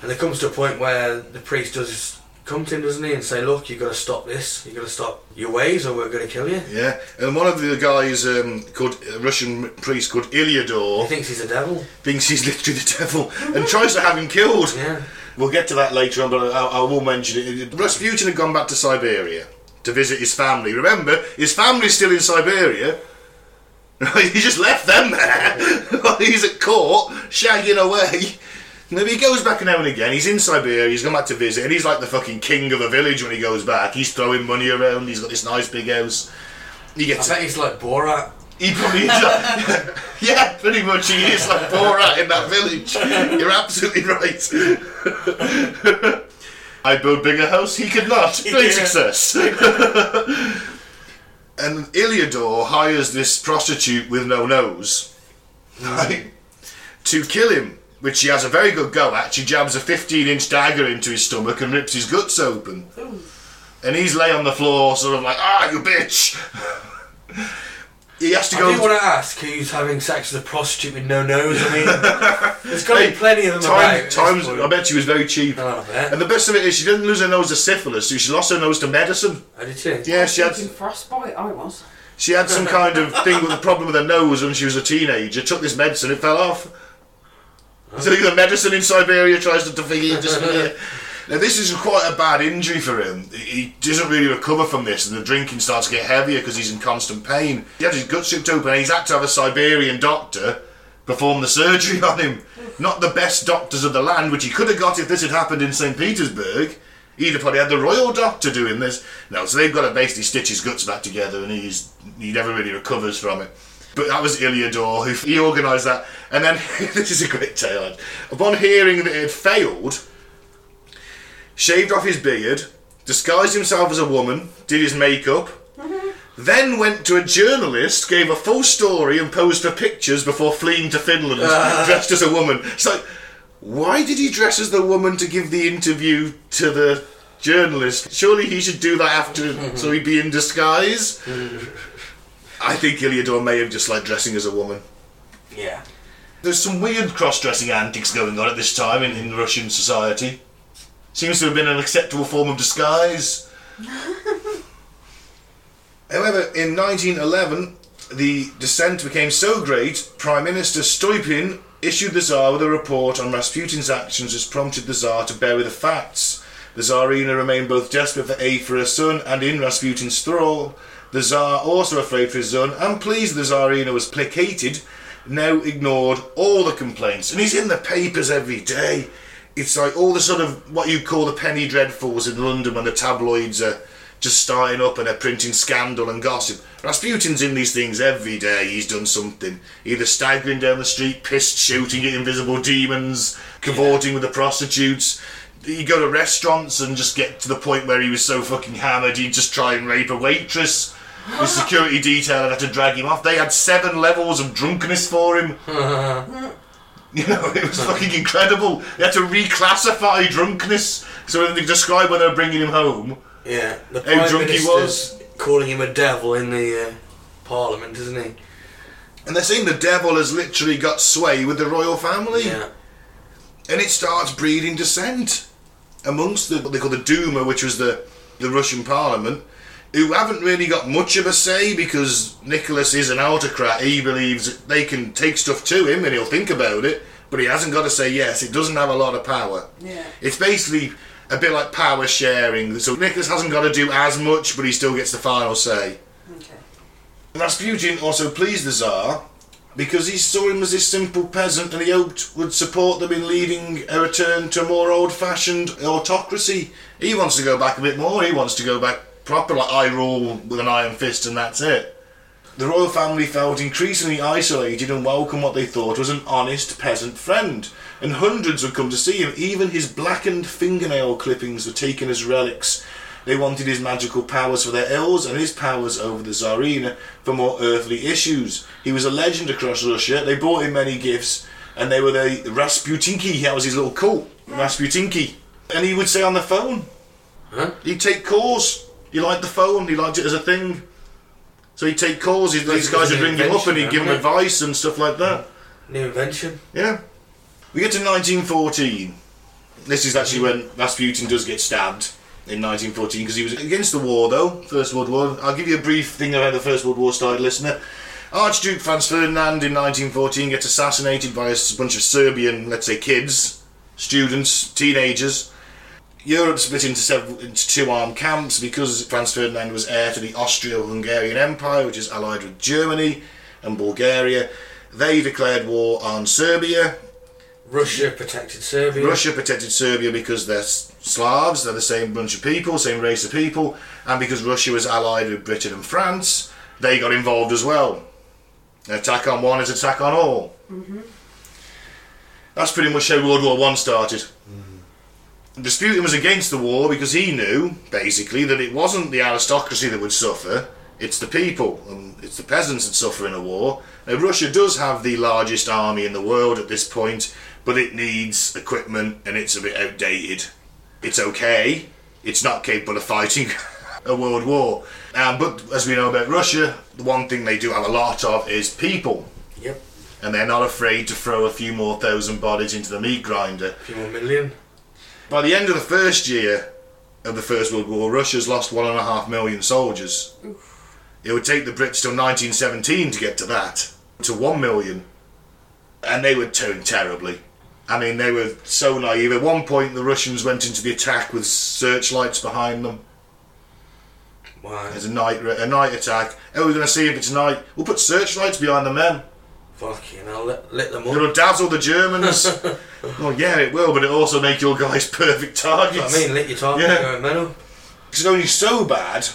Speaker 2: And there comes to a point where the priest does come to him, doesn't he, and say, "Look, you've got to stop this. You've got to stop your ways, or we're going to kill you."
Speaker 1: Yeah, and one of the guys um, called a Russian priest called
Speaker 2: He
Speaker 1: Iliador
Speaker 2: thinks he's a devil.
Speaker 1: thinks he's literally the devil and tries to have him killed.
Speaker 2: Yeah.
Speaker 1: We'll get to that later on, but I, I will mention it. Rasputin had gone back to Siberia to visit his family. Remember, his family's still in Siberia. he just left them there. he's at court, shagging away. Maybe he goes back now and again. He's in Siberia. He's gone back to visit, and he's like the fucking king of the village when he goes back. He's throwing money around. He's got this nice big house. He
Speaker 2: I
Speaker 1: gets.
Speaker 2: bet he's like Borat.
Speaker 1: He probably is. Like, yeah, pretty much. He is like Borat in that village. You're absolutely right. I build bigger house. He could not. Great
Speaker 2: Yeah.
Speaker 1: success. and Iliador hires this prostitute with no nose, right, to kill him. Which he has a very good go at. She jabs a 15-inch dagger into his stomach and rips his guts open. And he's lay on the floor, sort of like, ah, you bitch. he has to
Speaker 2: I
Speaker 1: go.
Speaker 2: do want to ask who's having sex with a prostitute with no nose. I mean, there's got to
Speaker 1: Hey,
Speaker 2: be plenty of them
Speaker 1: Time-
Speaker 2: about. at this
Speaker 1: times,
Speaker 2: point.
Speaker 1: I bet she was very cheap.
Speaker 2: Oh, I bet.
Speaker 1: And the best of it is, she didn't lose her nose to syphilis, so she lost her nose to medicine.
Speaker 2: I Oh, did too.
Speaker 1: Yeah, she
Speaker 3: Fucking
Speaker 1: had
Speaker 3: frostbite, I was.
Speaker 1: she had some kind of thing with a problem with her nose when she was a teenager. Took this medicine, it fell off. So the medicine in Siberia tries to defeat disappear. Now this is quite a bad injury for him. He he doesn't really recover from this, and the drinking starts to get heavier because he's in constant pain. He had his guts ripped open, and he's had to have a Siberian doctor perform the surgery on him. Not the best doctors of the land, which he could have got if this had happened in St. Petersburg. He'd have probably had the royal doctor doing this. No, so they've got to basically stitch his guts back together, and he's he never really recovers from it. But that was Iliador who he organised that, and then this is a great tale. Upon hearing that it had failed, shaved off his beard, disguised himself as a woman, did his makeup, then went to a journalist, gave a full story, and posed for pictures before fleeing to Finland dressed as a woman. So, why did he dress as the woman to give the interview to the journalist? Surely he should do that after, so he'd be in disguise. I think Iliador may have just liked dressing as a woman.
Speaker 2: Yeah.
Speaker 1: There's some weird cross-dressing antics going on at this time in, in Russian society. Seems to have been an acceptable form of disguise. However, in 1911, the dissent became so great, Prime Minister Stoypin issued the Tsar with a report on Rasputin's actions, which prompted the Tsar to bury the facts. The Tsarina remained both desperate for aid for her son and in Rasputin's thrall. The Tsar, also afraid for his son and pleased the Tsarina was placated, now ignored all the complaints. And he's in the papers every day. It's like all the sort of what you call the penny dreadfuls in London when the tabloids are just starting up and they're printing scandal and gossip. Rasputin's in these things every day. He's done something. Either staggering down the street, pissed, shooting at invisible demons, cavorting with the prostitutes. He'd go to restaurants and just get to the point where he was so fucking hammered he'd just try and rape a waitress. The security detail had to drag him off. They had seven levels of drunkenness for him. You know, it was fucking incredible. They had to reclassify drunkenness so they could describe when they were bringing him home.
Speaker 2: Yeah. The
Speaker 1: How
Speaker 2: Prime
Speaker 1: drunk he
Speaker 2: Minister's
Speaker 1: was.
Speaker 2: Calling him a devil in the uh, Parliament, isn't he?
Speaker 1: And they're saying the devil has literally got sway with the royal family.
Speaker 2: Yeah.
Speaker 1: And it starts breeding dissent amongst the, what they call the Duma, which was the, the Russian parliament, who haven't really got much of a say because Nicholas is an autocrat. He believes that they can take stuff to him and he'll think about it, but he hasn't got to say yes. It doesn't have a lot of power.
Speaker 3: Yeah.
Speaker 1: It's basically a bit like power sharing. So Nicholas hasn't got to do as much, but he still gets the final say.
Speaker 3: Okay.
Speaker 1: Rasputin also pleased the Tsar because he saw him as this simple peasant and he hoped would support them in leading a return to a more old fashioned autocracy. He wants to go back a bit more, he wants to go back proper, like I rule with an iron fist and that's it. The royal family felt increasingly isolated and welcomed what they thought was an honest peasant friend, and hundreds would come to see him. Even his blackened fingernail clippings were taken as relics. They wanted his magical powers for their ills and his powers over the Tsarina for more earthly issues. He was a legend across Russia. They brought him many gifts, and they were the Rasputinki. That was his little cult, Rasputinki. And he would say on the phone,
Speaker 2: Huh?
Speaker 1: He'd take calls. He liked the phone. He liked it as a thing. So he'd take calls. He'd, these guys would ring him up and he'd give him advice and stuff like that.
Speaker 2: New invention.
Speaker 1: Yeah. We get to 1914. This is actually when Rasputin does get stabbed in 1914 because he was against the war, though. First World War. I'll give you a brief thing about the First World War started, listener. Archduke Franz Ferdinand in 1914 gets assassinated by a s- bunch of Serbian, let's say, kids, students, teenagers. Europe split into, several, into two armed camps because Franz Ferdinand was heir to the Austro-Hungarian Empire, which is allied with Germany and Bulgaria. They declared war on Serbia.
Speaker 2: Russia protected Serbia.
Speaker 1: Russia protected Serbia because they're S- Slavs, they're the same bunch of people, same race of people, and because Russia was allied with Britain and France, they got involved as well. An attack on one is an attack on all. That's pretty much how World War One started. Disputin was against the war because he knew, basically, that it wasn't the aristocracy that would suffer, it's the people, and it's the peasants that suffer in a war. Now, Russia does have the largest army in the world at this point, but it needs equipment and it's a bit outdated. It's okay, it's not capable of fighting a world war. Um, but as we know about Russia, the one thing they do have a lot of is people,
Speaker 2: Yep.
Speaker 1: and they're not afraid to throw a few more thousand bodies into the meat grinder.
Speaker 2: A few more million.
Speaker 1: By the end of the first year of the First World War, Russia's lost one and a half million soldiers. It would take the Brits till 1917 to get to that, to one million. And they were turned terribly. I mean, they were so naive. At one point, the Russians went into the attack with searchlights behind them.
Speaker 2: Why?
Speaker 1: There's a night, a night attack. Oh, we're going to see if it's night. We'll put searchlights behind the men.
Speaker 2: Fucking hell, lit, lit them up.
Speaker 1: It'll dazzle the Germans. well, yeah, it will, but it'll also make your guys perfect targets.
Speaker 2: That's what I mean, lit your target,
Speaker 1: Yeah.
Speaker 2: going metal.
Speaker 1: it's only so bad.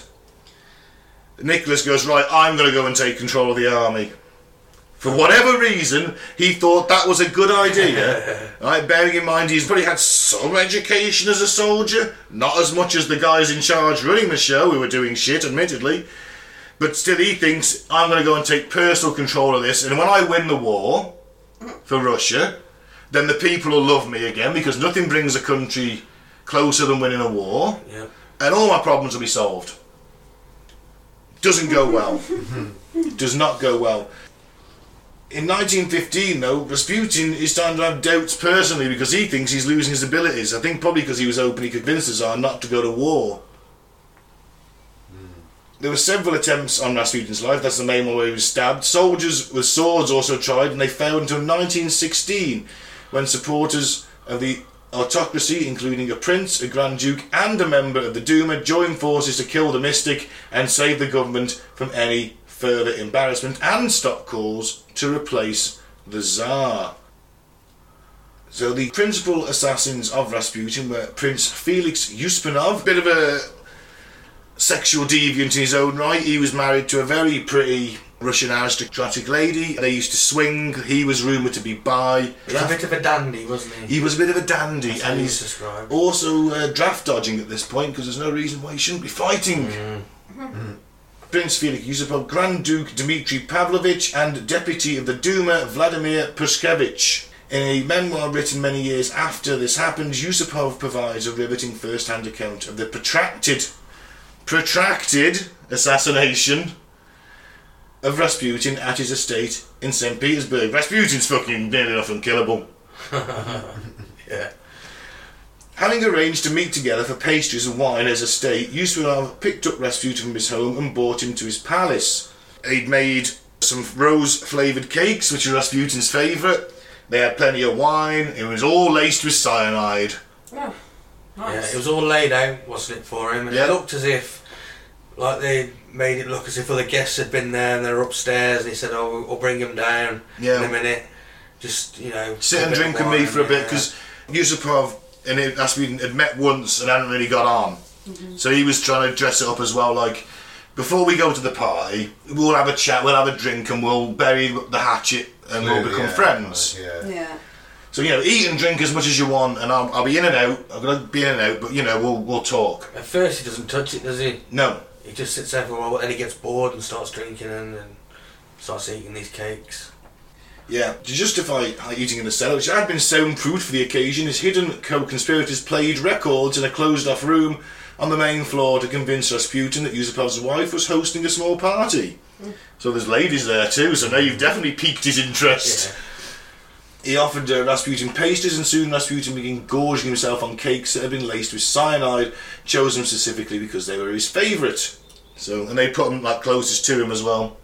Speaker 1: Nicholas goes right. I'm going to go and take control of the army. For whatever reason, he thought that was a good idea. right, bearing in mind he's probably had some education as a soldier, not as much as the guys in charge running the show, who were doing shit, admittedly. But still, he thinks I'm going to go and take personal control of this, and when I win the war for Russia, then the people will love me again because nothing brings a country closer than winning a war
Speaker 2: Yeah.
Speaker 1: and all my problems will be solved. Doesn't go well. Does not go well. In 1915, though, Rasputin is starting to have doubts personally because he thinks he's losing his abilities. I think probably because he was openly convinced the Tsar not to go to war. There were several attempts on Rasputin's life. That's the main one where he was stabbed. Soldiers with swords also tried, and they failed until 1916, when supporters of the autocracy, including a prince, a grand duke, and a member of the Duma, joined forces to kill the mystic and save the government from any further embarrassment and stop calls to replace the Tsar. So the principal assassins of Rasputin were Prince Felix Yuspinov, bit of a sexual deviant in his own right. He was married to a very pretty Russian aristocratic lady. They used to swing. He was rumoured to be bi.
Speaker 2: He was a bit of a dandy, wasn't he?
Speaker 1: He was a bit of a dandy,
Speaker 2: That's how
Speaker 1: and
Speaker 2: he's
Speaker 1: he's
Speaker 2: described.
Speaker 1: also uh, draft dodging at this point because there's no reason why he shouldn't be fighting.
Speaker 2: Mm.
Speaker 1: Prince Felix Yusupov, Grand Duke Dmitry Pavlovich, and Deputy of the Duma Vladimir Pushkevich. In a memoir written many years after this happened, Yusupov provides a riveting first hand account of the protracted, protracted assassination of Rasputin at his estate in St. Petersburg. Rasputin's fucking nearly enough unkillable
Speaker 2: Yeah.
Speaker 1: Having arranged to meet together for pastries and wine as a state, Yusufov picked up Rasputin from his home and brought him to his palace. He'd made some rose flavoured cakes, which were Rasputin's favourite. They had plenty of wine. It was all laced with cyanide.
Speaker 3: Oh,
Speaker 2: Yeah,
Speaker 3: nice.
Speaker 2: it was all laid out, wasn't it, for him? And
Speaker 1: Yeah.
Speaker 2: it looked as if, like they made it look as if other guests had been there and they were upstairs, and he said, "Oh, we'll bring him down
Speaker 1: Yeah.
Speaker 2: in a minute." Just you know,
Speaker 1: Sit
Speaker 2: a
Speaker 1: and
Speaker 2: bit
Speaker 1: drink
Speaker 2: of
Speaker 1: with me
Speaker 2: wine,
Speaker 1: for a bit
Speaker 2: yeah.
Speaker 1: because Yusupov and it- Rasputin had met once and hadn't really got on. So he was trying to dress it up as well, like. Before we go to the party, we'll have a chat, we'll have a drink, and we'll bury the hatchet, and we'll
Speaker 4: Clearly,
Speaker 1: become
Speaker 4: yeah,
Speaker 1: friends.
Speaker 4: Yeah.
Speaker 3: yeah.
Speaker 1: So you know, eat and drink as much as you want, and I'll, I'll be in and out. I'm gonna be in and out, but you know, we'll we'll talk.
Speaker 2: at first he doesn't touch it, does he?
Speaker 1: No,
Speaker 2: He just sits there for a while, but then he gets bored and starts drinking and, and starts eating these cakes.
Speaker 1: Yeah, to justify eating in the cellar, which had been soundproofed for the occasion, his hidden co-conspirators played records in a closed-off room on the main floor to convince Rasputin that Yusupov's wife was hosting a small party. So there's ladies there too, so now you've definitely piqued his interest. He offered uh, Rasputin pastries, and soon Rasputin began gorging himself on cakes that had been laced with cyanide, chosen specifically because they were his favourite. So, and they put them like closest to him as well.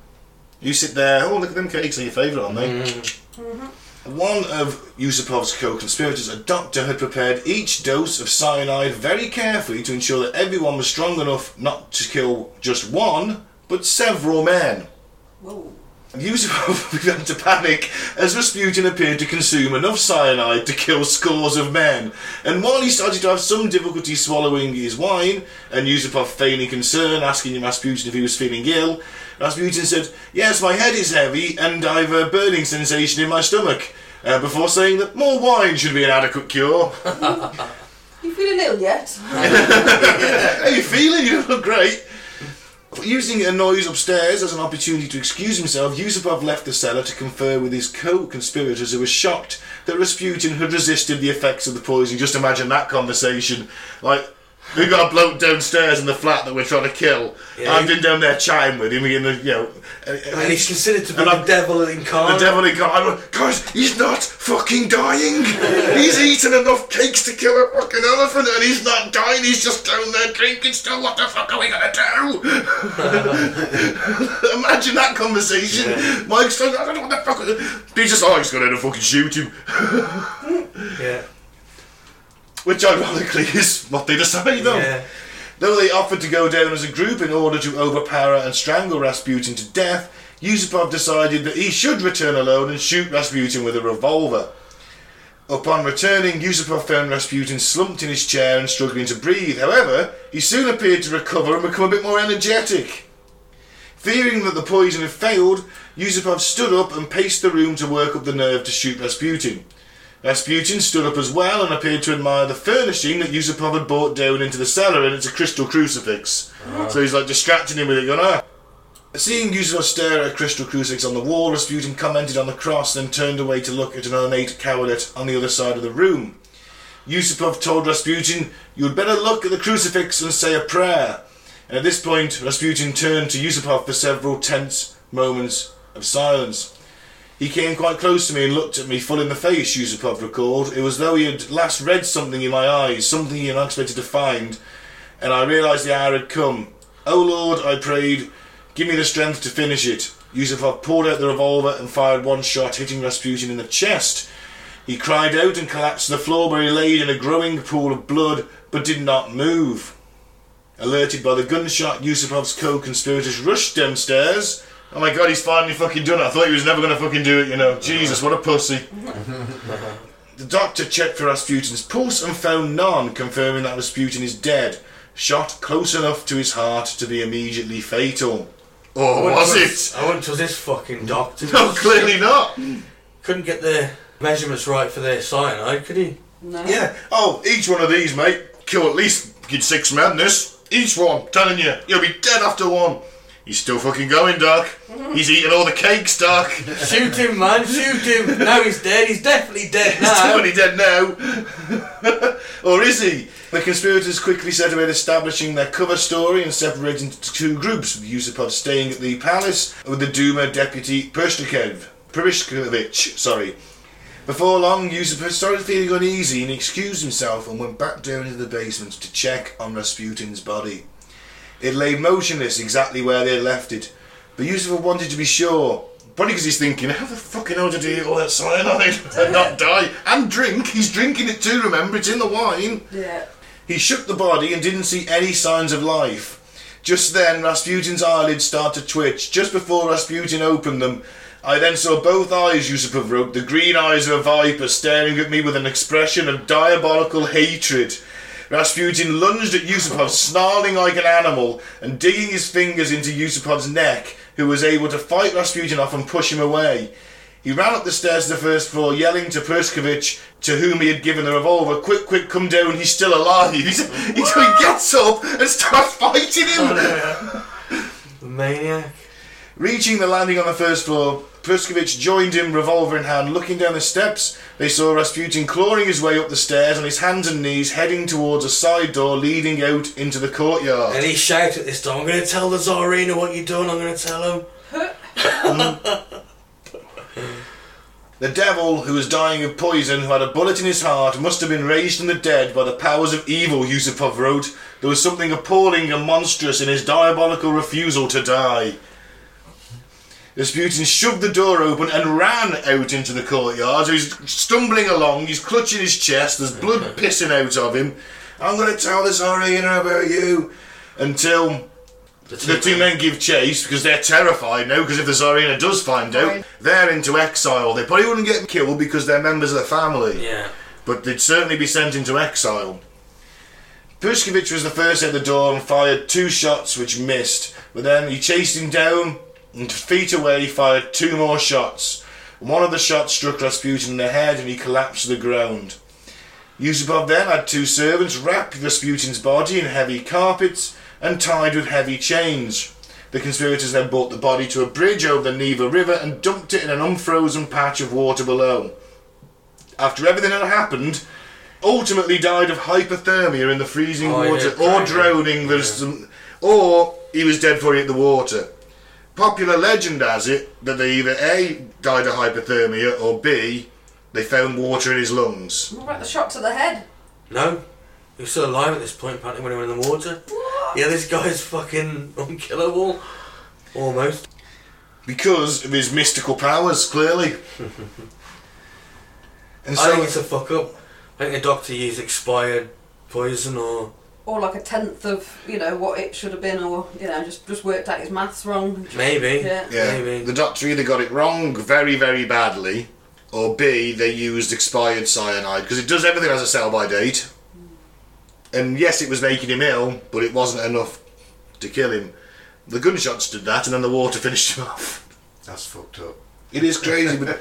Speaker 1: You sit there, oh look at them cakes, they're your favourite, aren't they? One of Yusupov's co-conspirators, a doctor, had prepared each dose of cyanide very carefully to ensure that everyone was strong enough not to kill just one, but several men.
Speaker 3: Whoa.
Speaker 1: Yusupov began to panic as Rasputin appeared to consume enough cyanide to kill scores of men. And while he started to have some difficulty swallowing his wine, and Yusupov feigning concern, asking Rasputin if he was feeling ill, Rasputin said, Yes, my head is heavy and I've a burning sensation in my stomach, uh, before saying that more wine should be an adequate cure.
Speaker 3: You feeling ill yet?
Speaker 1: How you feeling? You look great. Using a noise upstairs as an opportunity to excuse himself, Yusupov left the cellar to confer with his co-conspirators who were shocked that Rasputin had resisted the effects of the poison. Just imagine that conversation. Like, we got a bloke downstairs in the flat that we're trying to kill.
Speaker 2: Yeah.
Speaker 1: I've been down there chatting with him, in the, you know...
Speaker 2: And he's considered to be
Speaker 1: And
Speaker 2: the
Speaker 1: I'm-
Speaker 2: devil
Speaker 1: The
Speaker 2: incarnate.
Speaker 1: devil in God. I'm like, guys, he's not fucking dying. he's eaten enough cakes to kill a fucking elephant and he's not dying. He's just down there drinking still. What the fuck are we going to do? Imagine that conversation. Mike's like, I don't know what the fuck. He's just, oh, he's going to fucking shoot him.
Speaker 2: Yeah.
Speaker 1: Which, ironically, is what they decide on.
Speaker 2: Yeah.
Speaker 1: Though they offered to go down as a group in order to overpower and strangle Rasputin to death, Yusupov decided that he should return alone and shoot Rasputin with a revolver. Upon returning, Yusupov found Rasputin slumped in his chair and struggling to breathe. However, he soon appeared to recover and become a bit more energetic. Fearing that the poison had failed, Yusupov stood up and paced the room to work up the nerve to shoot Rasputin. Rasputin stood up as well and appeared to admire the furnishing that Yusupov had brought down into the cellar, and it's a crystal crucifix. So he's like distracting him with it, going, ah. Seeing Yusupov stare at a crystal crucifix on the wall, Rasputin commented on the cross, then turned away to look at an ornate cowlet on the other side of the room. Yusupov told Rasputin, You'd better look at the crucifix and say a prayer. And at this point, Rasputin turned to Yusupov for several tense moments of silence. He came quite close to me and looked at me full in the face, Yusupov recalled. It was though he had last read something in my eyes, something he had not expected to find, and I realised the hour had come. Oh Lord, I prayed, give me the strength to finish it. Yusupov pulled out the revolver and fired one shot, hitting Rasputin in the chest. He cried out and collapsed to the floor where he lay in a growing pool of blood, but did not move. Alerted by the gunshot, Yusupov's co-conspirators rushed downstairs. Oh my god, he's finally fucking done it. I thought he was never going to fucking do it, you know. Jesus, what a pussy. the doctor checked for Rasputin's pulse and found none, confirming that Rasputin is dead, shot close enough to his heart to be immediately fatal. Or
Speaker 2: I wouldn't
Speaker 1: Oh, was
Speaker 2: trust-
Speaker 1: it?
Speaker 2: I wouldn't trust this fucking doctor.
Speaker 1: No, clearly not.
Speaker 2: Couldn't get the measurements right for their cyanide, could he?
Speaker 3: No.
Speaker 1: Yeah. Oh, each one of these, mate, kill at least fucking six men. This each one, telling you, you'll be dead after one. He's still fucking going, Doc. He's eating all the cakes, Doc. He's
Speaker 2: Shoot him, man! Shoot him! now he's dead. He's definitely dead now.
Speaker 1: totally dead now. or is he? The conspirators quickly set about establishing their cover story and separated into two groups, with Yusupov staying at the palace with the Duma deputy Pershnikov. Perishkovich, sorry. Before long, Yusupov started feeling uneasy and excused himself and went back down into the basement to check on Rasputin's body. It lay motionless exactly where they had left it, but Yusupov wanted to be sure. Probably because he's thinking, how the fucking hell did he eat all that cyanide and not die? And drink! He's drinking it too, remember? It's in the wine!
Speaker 3: Yeah.
Speaker 1: He shook the body and didn't see any signs of life. Just then, Rasputin's eyelids started to twitch. Just before Rasputin opened them, I then saw both eyes, Yusupov wrote, the green eyes of a viper staring at me with an expression of diabolical hatred. Rasputin lunged at Yusupov, snarling like an animal, and digging his fingers into Yusupov's neck, who was able to fight Rasputin off and push him away. He ran up the stairs to the first floor, yelling to Perskovich, to whom he had given the revolver, "Quick, quick, come down! He's still alive!" He's, he gets up and starts fighting him.
Speaker 2: The maniac.
Speaker 1: Reaching the landing on the first floor, Perskovich joined him, revolver in hand. Looking down the steps, they saw Rasputin clawing his way up the stairs on his hands and knees, heading towards a side door leading out into the courtyard.
Speaker 2: And he shouted at this time, I'm going to tell the Tsarina what you've done, I'm going to tell him.
Speaker 1: The devil, who was dying of poison, who had a bullet in his heart, must have been raised from the dead by the powers of evil, Yusupov wrote. There was something appalling and monstrous in his diabolical refusal to die. Rasputin shoved the door open and ran out into the courtyard. So he's stumbling along, he's clutching his chest, there's blood pissing out of him. I'm going to tell this Arena about you. Until the two men give chase because they're terrified now. Because if the Tsarina does find out,
Speaker 3: Right.
Speaker 1: they're into exile. They probably wouldn't get killed because they're members of the family,
Speaker 2: Yeah.
Speaker 1: but they'd certainly be sent into exile. Pushkovich was the first at the door and fired two shots, which missed. But then he chased him down and feet away. He fired two more shots. One of the shots struck Rasputin in the head, and he collapsed to the ground. Yusupov then had two servants wrap Rasputin's body in heavy carpets and tied with heavy chains. The conspirators then brought the body to a bridge over the Neva River and dumped it in an unfrozen patch of water below. After everything had happened, ultimately died of hypothermia in the freezing
Speaker 2: Oh, yeah,
Speaker 1: water, or
Speaker 2: drowning.
Speaker 1: drowning, there's some, or he was dead for it in the water. Popular legend has it that they either A, died of hypothermia, or B, they found water in his lungs.
Speaker 3: What about the shot to the head?
Speaker 2: No? He was still alive at this point, apparently, when he went in the water.
Speaker 3: What?
Speaker 2: Yeah, this guy's fucking unkillable. Almost.
Speaker 1: because of his mystical powers, clearly. and
Speaker 2: I think it's
Speaker 1: so,
Speaker 2: a fuck up. I think the doctor used expired poison or.
Speaker 3: Or like a tenth of, you know, what it should have been, or, you know, just, just worked out his maths wrong.
Speaker 2: Maybe.
Speaker 3: Yeah.
Speaker 1: yeah,
Speaker 2: Maybe.
Speaker 1: the doctor either got it wrong very, very badly, or B, they used expired cyanide because it does everything as a sell by date. And yes, it was making him ill, but it wasn't enough to kill him. The gunshots did that, and then the water finished him off.
Speaker 4: That's fucked up.
Speaker 1: It is crazy, but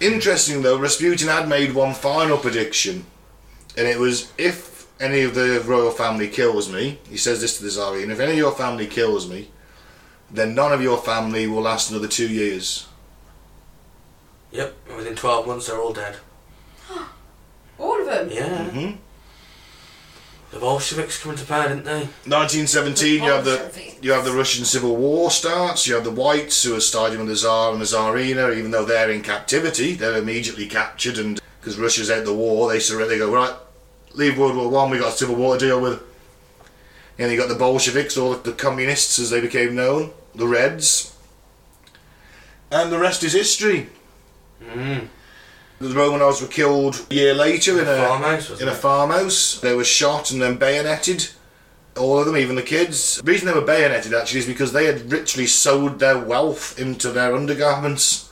Speaker 1: interesting though. Rasputin had made one final prediction, and it was if any of the royal family kills me, he says this to the Tsarina, if any of your family kills me, then none of your family will last another two years.
Speaker 2: Yep. And within 12 months, they're all dead.
Speaker 3: All of them.
Speaker 2: Yeah.
Speaker 1: Mhm.
Speaker 2: The Bolsheviks come into power, didn't they?
Speaker 1: 1917, you have
Speaker 3: Oh,
Speaker 1: the you have the Russian Civil War starts. You have the Whites who are siding with the Tsar and the Tsarina, even though they're in captivity, they're immediately captured, and because Russia's out the war, they surrender. They go right, leave World War One. We got a civil war to deal with. And you got the Bolsheviks, or the communists as they became known, the Reds, and the rest is history.
Speaker 2: Mm.
Speaker 1: The Romanovs were killed a year later in a
Speaker 2: Farmhouse, wasn't
Speaker 1: in a
Speaker 2: it?
Speaker 1: farmhouse. They were shot and then bayoneted. All of them, even the kids. The reason they were bayoneted actually is because they had literally sewed their wealth into their undergarments.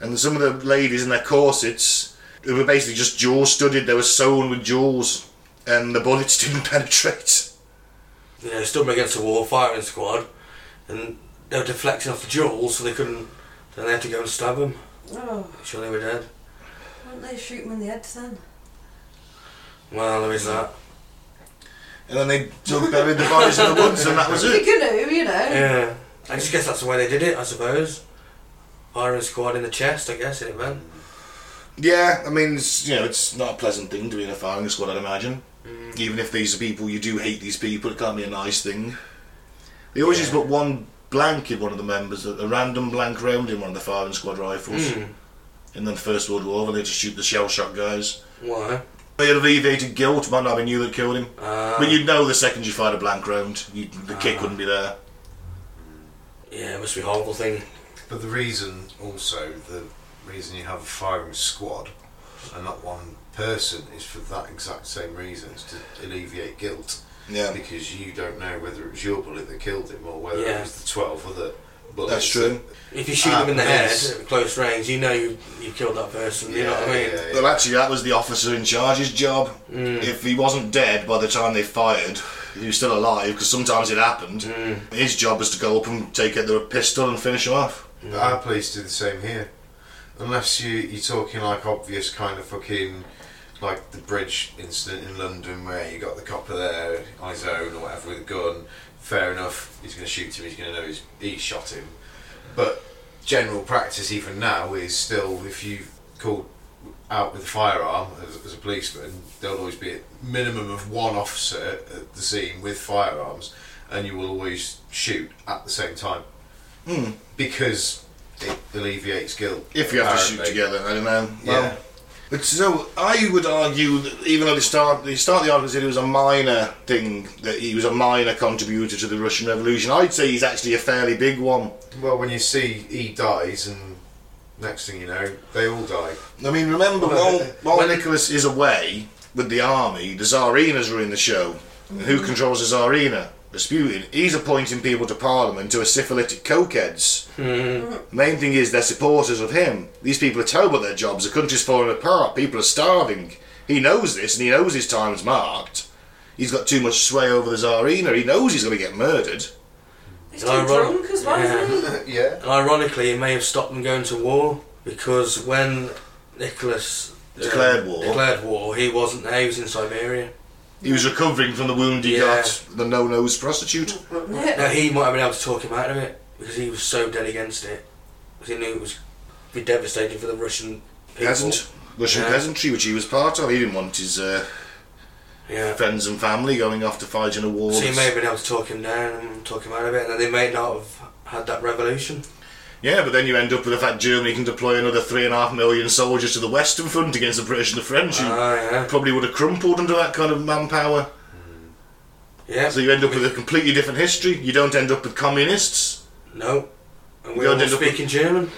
Speaker 1: And some of the ladies in their corsets who were basically just jewel studded, they were sewn with jewels and the bullets didn't penetrate.
Speaker 2: you know, stood against a wall, firing squad, and they were deflecting off the jewels, so they couldn't. Then they had to go and stab them.
Speaker 3: Oh,
Speaker 2: Sure, they were dead.
Speaker 3: wouldn't they shoot him in the head then?
Speaker 2: Well, there is that.
Speaker 1: And then they sort of buried the bodies in the woods and that was
Speaker 3: If
Speaker 1: it.
Speaker 3: you knew, you know.
Speaker 2: Yeah. I just guess that's the way they did it. I suppose. Firing squad in the chest, I guess, in it meant.
Speaker 1: Yeah, I mean, it's, you know, it's not a pleasant thing to be in a firing squad, I'd imagine.
Speaker 2: Mm.
Speaker 1: Even if these are people you do hate, these people, it can't be a nice thing. They always
Speaker 2: Yeah.
Speaker 1: just put one blank in one of the members, a a random blank round in one of the firing squad rifles,
Speaker 2: Mm.
Speaker 1: and then First World War, when they just shoot the shell shock guys.
Speaker 2: Why?
Speaker 1: They had alleviated guilt, might not have been you that killed him.
Speaker 2: Uh,
Speaker 1: but you'd know the second you fired a blank round, you, the kick
Speaker 2: Ah.
Speaker 1: wouldn't be there.
Speaker 2: yeah, it must be a horrible thing.
Speaker 4: But the reason also, the reason you have a firing squad and not one person is for that exact same reason, is to alleviate guilt.
Speaker 1: Yeah.
Speaker 4: Because you don't know whether it was your bullet that killed him or whether
Speaker 2: Yeah.
Speaker 4: it was the 12 other bullets.
Speaker 1: That's true.
Speaker 2: If you shoot
Speaker 4: Ah,
Speaker 2: them in the
Speaker 4: yes.
Speaker 2: head at close range, you know you you killed that person. you know what I mean?
Speaker 4: yeah, yeah.
Speaker 1: Well, actually, that was the officer in charge's job.
Speaker 4: Mm.
Speaker 1: If he wasn't dead by the time they fired, he was still alive because sometimes it happened.
Speaker 4: Mm.
Speaker 1: His job was to go up and take out the pistol and finish him off.
Speaker 4: But Our police do the same here. Unless you, you're talking like obvious kind of fucking, like the bridge incident in London where you got the copper there on his own or whatever with a gun, fair enough, he's going to shoot him, he's going to know he's, he shot him. But general practice, even now, is still if you called out with a firearm as, as a policeman, there'll always be a minimum of one officer at the scene with firearms, and you will always shoot at the same time because it alleviates guilt.
Speaker 1: Hmm. If you have to shoot
Speaker 4: apparently.
Speaker 1: together, I don't know. Well,
Speaker 4: Yeah.
Speaker 1: But so I would argue that even though they start they start the argument that it was a minor thing that he was a minor contributor to the Russian Revolution. I'd say he's actually a fairly big one.
Speaker 4: Well, when you see he dies, and next thing you know, they all die.
Speaker 1: I mean, remember
Speaker 4: Well,
Speaker 1: while, while
Speaker 2: when-
Speaker 1: uh, Nicholas is away with the army, the Tsarina's running the show. And Who controls the Tsarina? Rasputin. He's appointing people to parliament who are syphilitic cokeheads. The main thing is they're supporters of him. These people are terrible at their jobs. The country's falling apart. People are starving. He knows this, and he knows his time's marked. He's got too much sway over the Tsarina. He knows he's going to get murdered.
Speaker 3: He's too
Speaker 2: Oh, right.
Speaker 3: drunk as well,
Speaker 2: Yeah.
Speaker 3: isn't he?
Speaker 4: yeah.
Speaker 2: And ironically, it may have stopped them going to war because when Nicholas uh,
Speaker 1: Declared war.
Speaker 2: declared war, he wasn't there. He was in Siberia.
Speaker 1: He was recovering from the wound he
Speaker 2: Yeah.
Speaker 1: got. The no-nose prostitute.
Speaker 2: Now
Speaker 3: Yeah.
Speaker 2: he might have been able to talk him out of it because he was so dead against it. 'Cause he knew it was be devastating for the Russian people.
Speaker 1: peasant, Russian
Speaker 2: Yeah.
Speaker 1: peasantry, which he was part of. He didn't want his uh,
Speaker 2: Yeah.
Speaker 1: friends and family going off to fight in a war.
Speaker 2: So you may
Speaker 1: that's-
Speaker 2: have been able to talk him down and talk him out of it, and then they may not have had that revolution.
Speaker 1: Yeah, but then you end up with the fact Germany can deploy another three and a half million soldiers to the Western Front against the British and the French, who
Speaker 2: Ah, yeah.
Speaker 1: probably would have crumpled under that kind of manpower.
Speaker 2: Yeah.
Speaker 1: So you end up with a completely different history. You don't end up with communists,
Speaker 2: no. And
Speaker 1: We
Speaker 2: we all
Speaker 1: ended up-
Speaker 2: speak in German.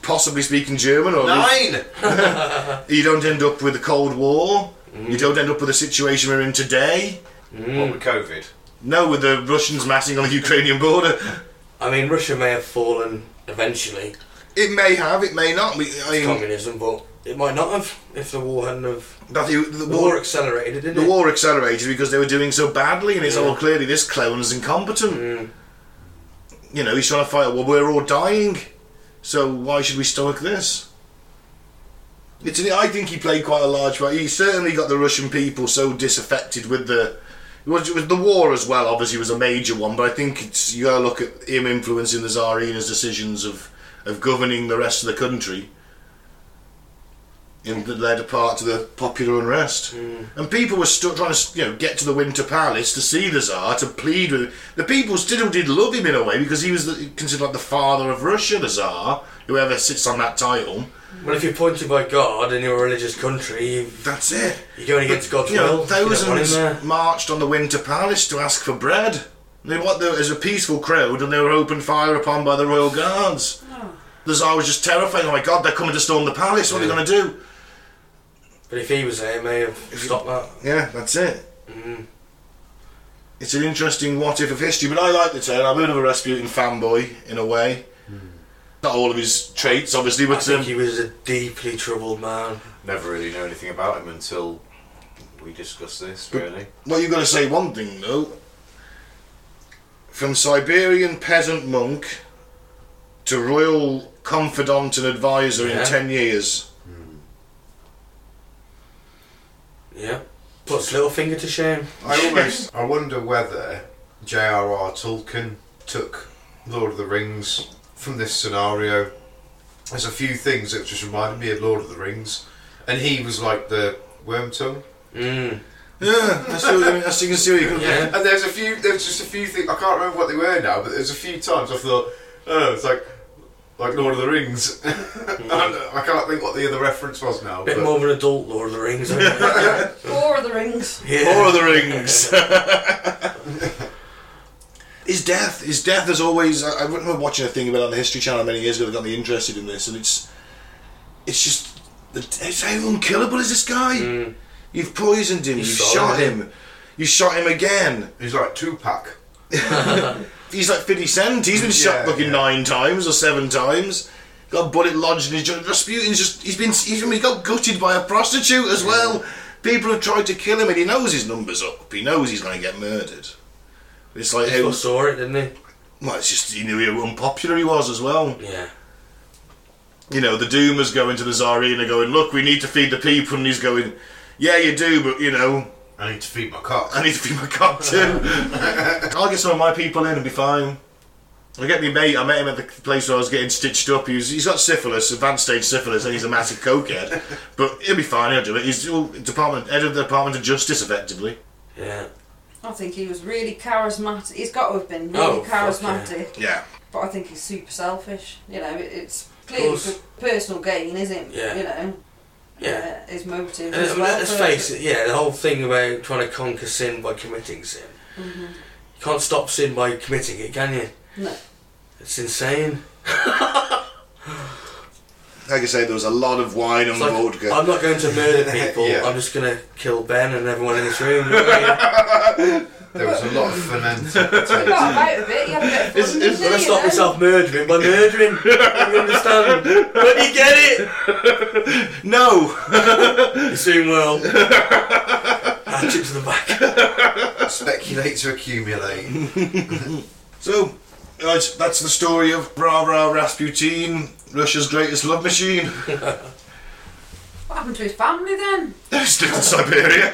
Speaker 1: possibly speaking German, or
Speaker 4: Nine!
Speaker 1: you don't end up with the Cold War. You don't end up with the situation we're in today.
Speaker 4: What with COVID?
Speaker 1: No, with the Russians massing on the Ukrainian border.
Speaker 2: I mean, Russia may have fallen eventually,
Speaker 1: It may have, it may not. We- I mean,
Speaker 2: communism, but it might not have if the war hadn't have.
Speaker 1: that, the, the
Speaker 2: The war accelerated it, didn't
Speaker 1: The
Speaker 2: it?
Speaker 1: war accelerated because they were doing so badly, and it's
Speaker 2: Yeah. Mm.
Speaker 1: all clearly this clown's incompetent. You know, he's trying to fight. Well, we're all dying, so why should we stomach this? It's. I think he played quite a large part. He certainly got the Russian people so disaffected with the. It was, it was the war as well. Obviously, was a major one, but I think it's you got to look at him influencing the Tsarina's decisions of of governing the rest of the country in that led apart to the popular unrest.
Speaker 2: Hmm.
Speaker 1: And people were still trying to, you know, get to the Winter Palace to see the Tsar, to plead with The people still did love him in a way because he was the, considered like the father of Russia, the Tsar, whoever sits on that title.
Speaker 2: Well, if you're appointed by God and you're a religious country, you-
Speaker 1: That's it.
Speaker 2: you're going against God's
Speaker 1: You know,
Speaker 2: will. You don't want him
Speaker 1: thousands
Speaker 2: there.
Speaker 1: marched on the Winter Palace to ask for bread. They what there was a peaceful crowd and they were opened fire upon by the Royal Guards.
Speaker 3: Oh,
Speaker 1: The Tsar was just terrified. Oh my God, they're coming to storm the palace. What are they going to do?
Speaker 2: But if he was there, he may have stopped that.
Speaker 1: Yeah, that's it. Mm-hmm. It's an interesting what if of history, but I like the turn. I'm a bit of a Rasputin fanboy in a way. Not all of his traits, obviously,
Speaker 2: I
Speaker 1: but
Speaker 2: think
Speaker 1: um,
Speaker 2: he was a deeply troubled man.
Speaker 5: Never really know anything about him until we discuss this, really.
Speaker 1: well, you've got to say one thing though. From Siberian peasant monk to royal confidant and advisor
Speaker 2: Yeah.
Speaker 1: in ten years.
Speaker 2: Yeah. Puts Littlefinger to shame.
Speaker 4: I almost I wonder whether J.R.R. Tolkien took Lord of the Rings from this scenario. There's a few things that just reminded me of Lord of the Rings, and he was like the worm tongue.
Speaker 2: Mm.
Speaker 1: Yeah, that's what I mean, that's you can see. What you can
Speaker 2: Yeah.
Speaker 4: And there's a few, there's just a few things I can't remember what they were now, but there's a few times I thought, oh, it's like like Lord of the Rings. And I can't think what the other reference was now.
Speaker 2: Bit
Speaker 4: but-
Speaker 2: more of an adult Lord of the Rings. I think.
Speaker 3: Four of the rings.
Speaker 2: yeah.
Speaker 1: Or the rings. his death, his death is always. I, I remember watching a thing about it on the History Channel many years ago that got me interested in this, and it's, it's just, it's how unkillable is this guy? You've poisoned him. You have
Speaker 2: shot
Speaker 1: shot
Speaker 2: him.
Speaker 1: him. You shot him again.
Speaker 4: He's like Tupac.
Speaker 1: He's like 50 Cent. He's been
Speaker 4: Yeah,
Speaker 1: shot fucking
Speaker 4: yeah.
Speaker 1: nine times or seven times. Got a bullet lodged in his jaw. Rasputin's just. He's been. He's been he got gutted by a prostitute as well. People have tried to kill him and he knows his number's up. He knows he's going to get murdered. It's like.
Speaker 2: He
Speaker 1: How,
Speaker 2: saw it, didn't
Speaker 1: well, it's just. He knew how unpopular he was as well.
Speaker 2: he? Yeah.
Speaker 1: You know, the Doomers go into the Tsarina going, look, we need to feed the people. And he's going, yeah, you do, but you know,
Speaker 4: I need to feed my cock.
Speaker 1: I need to feed my cock too. I'll get some of my people in and be fine. I get me mate. I met him at the place where I was getting stitched up. He was, he's got syphilis, advanced stage syphilis, and he's a massive cokehead. But he'll be fine. He'll do it. He's all department head of the Department of Justice, effectively.
Speaker 2: Yeah.
Speaker 3: I think he was really charismatic. He's got to have been really
Speaker 2: Oh, fuck
Speaker 3: charismatic,
Speaker 1: Yeah.
Speaker 3: but I think he's super selfish. You know, it, it's
Speaker 2: Of
Speaker 3: clearly
Speaker 2: course.
Speaker 3: for personal gain, isn't it?
Speaker 2: Yeah.
Speaker 3: You know,
Speaker 2: Yeah.
Speaker 3: uh, his motive.
Speaker 2: And
Speaker 3: as
Speaker 2: let-
Speaker 3: well
Speaker 2: let's
Speaker 3: for-
Speaker 2: face it, yeah, the whole thing about trying to conquer sin by committing sin.
Speaker 3: Mm-hmm.
Speaker 2: You can't stop sin by committing it, can you?
Speaker 3: No.
Speaker 2: It's insane.
Speaker 1: Like I say, there was a lot of wine and
Speaker 2: It's like,
Speaker 1: vodka.
Speaker 2: I'm not going to murder people,
Speaker 4: Yeah.
Speaker 2: I'm just going to kill Ben and everyone in this room. you know what I mean?
Speaker 4: There was a lot of fermented
Speaker 3: You got
Speaker 4: potatoes.
Speaker 3: about a bit. You had a bit of fun,
Speaker 1: It's- it's-
Speaker 2: I'm
Speaker 3: didn't
Speaker 2: going
Speaker 3: you,
Speaker 2: to stop
Speaker 3: though?
Speaker 2: myself murdering by murdering. you understand? But you get it!
Speaker 1: no.
Speaker 2: You soon will. Hatchet to the back.
Speaker 4: Speculate to accumulate.
Speaker 1: So uh, that's the story of Bra Bra Rasputin, Russia's greatest love machine.
Speaker 3: What happened to his family then?
Speaker 1: Still in Siberia.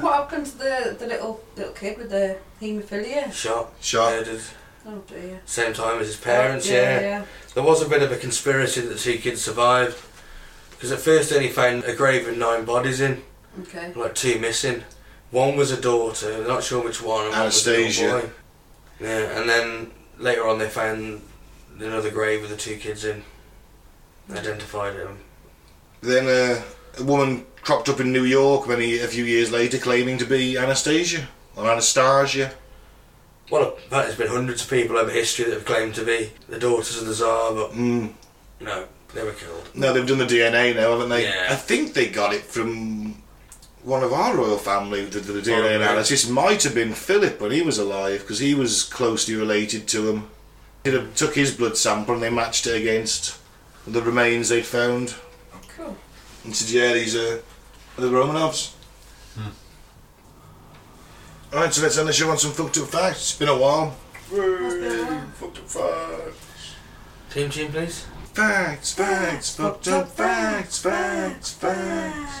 Speaker 3: What happened to the, the little little kid with the haemophilia?
Speaker 2: Shot.
Speaker 1: Shot.
Speaker 2: Murdered.
Speaker 3: Oh dear.
Speaker 2: Same time as his parents,
Speaker 3: yeah.
Speaker 2: yeah. There was a bit of a conspiracy that the two kids survived. Because at first they only found a grave with nine bodies in,
Speaker 3: Okay.
Speaker 2: like two missing. One was a daughter, they're not sure which one. And One was
Speaker 1: Anastasia.
Speaker 2: a little boy. Yeah, and then later on they found another grave with the two kids in. They Identified them.
Speaker 1: Then uh, a woman cropped up in New York many a few years later, claiming to be Anastasia or Anastasia.
Speaker 2: Well, that has been hundreds of people over history that have claimed to be the daughters of the Tsar, but
Speaker 1: Mm.
Speaker 2: no, they were killed.
Speaker 1: No, they've done the DNA now, haven't they?
Speaker 2: Yeah.
Speaker 1: I think they got it from one of our royal family that did the DNA
Speaker 2: Probably.
Speaker 1: analysis. Might have been Philip when he was alive, because he was closely related to him. They have took his blood sample and they matched it against the remains they'd found.
Speaker 3: Cool.
Speaker 1: And said, yeah, these are the Romanovs.
Speaker 4: Hmm.
Speaker 1: Alright, so let's end the show on some fucked up facts. It's been a while.
Speaker 4: Fucked up fire.
Speaker 2: Team team, please.
Speaker 1: Facts, facts, fucked up facts, facts, facts,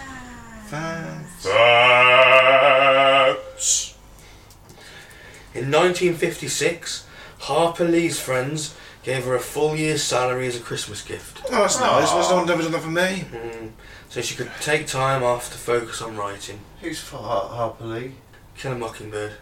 Speaker 1: facts.
Speaker 4: Facts.
Speaker 2: In 1956, Harper Lee's friends gave her a full year's salary as a Christmas gift,
Speaker 1: Oh,
Speaker 4: Ah.
Speaker 1: that's nice. Why's no one ever done that for me?
Speaker 2: mm, so she could take time off to focus on writing.
Speaker 4: Who's for Har- Harper Lee?
Speaker 2: Kill a Mockingbird.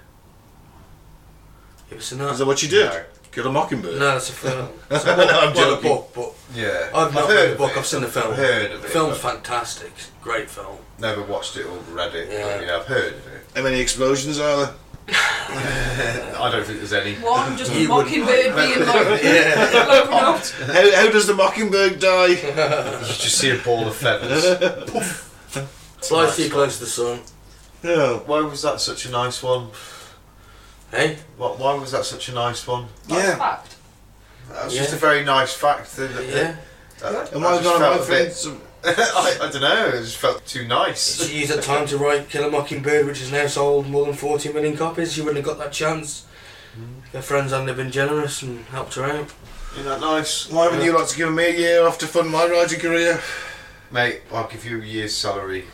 Speaker 2: It was a
Speaker 1: Is
Speaker 2: nice.
Speaker 1: that what you did?
Speaker 4: No.
Speaker 1: Kill a mockingbird.
Speaker 2: No, that's a film. It's a
Speaker 1: No,
Speaker 2: book,
Speaker 1: I'm
Speaker 2: well, a
Speaker 1: joking.
Speaker 2: book, but
Speaker 4: Yeah.
Speaker 2: I've not
Speaker 4: heard
Speaker 2: read the
Speaker 4: of
Speaker 2: book.
Speaker 4: it.
Speaker 2: I've seen the film.
Speaker 4: I've heard of
Speaker 2: the
Speaker 4: it,
Speaker 2: film's
Speaker 4: but
Speaker 2: fantastic. Great film.
Speaker 4: Never watched it or read it.
Speaker 2: Yeah.
Speaker 4: But, yeah, I've heard of it.
Speaker 1: How many explosions are there?
Speaker 4: I don't think there's any.
Speaker 3: One just
Speaker 2: You wouldn't
Speaker 3: mockingbird being like
Speaker 2: Yeah.
Speaker 3: blown up.
Speaker 1: How, how does the mockingbird die?
Speaker 4: You just see a ball of feathers.
Speaker 2: Flies too close to the sun.
Speaker 1: Oh.
Speaker 4: Why was that such a nice one?
Speaker 2: Hey,
Speaker 4: Wh- Why was that such a nice one?
Speaker 3: That's
Speaker 1: Yeah.
Speaker 3: fact.
Speaker 4: That was
Speaker 2: Yeah.
Speaker 4: just a very nice fact. That, that-
Speaker 2: yeah.
Speaker 4: that-
Speaker 1: And
Speaker 4: I
Speaker 1: why's
Speaker 4: just
Speaker 1: none of my
Speaker 4: felt a bit-
Speaker 1: friends?
Speaker 4: I, I don't know. It just felt too nice.
Speaker 2: She used that time to write Kill a Mockingbird, which has now sold more than 40 million copies. She wouldn't have got that chance. Her friends hadn't have been generous and helped her out.
Speaker 4: Isn't that nice,
Speaker 1: Why haven't you lot given me a year off to fund my writing career?
Speaker 4: mate? I'll give you a year's salary.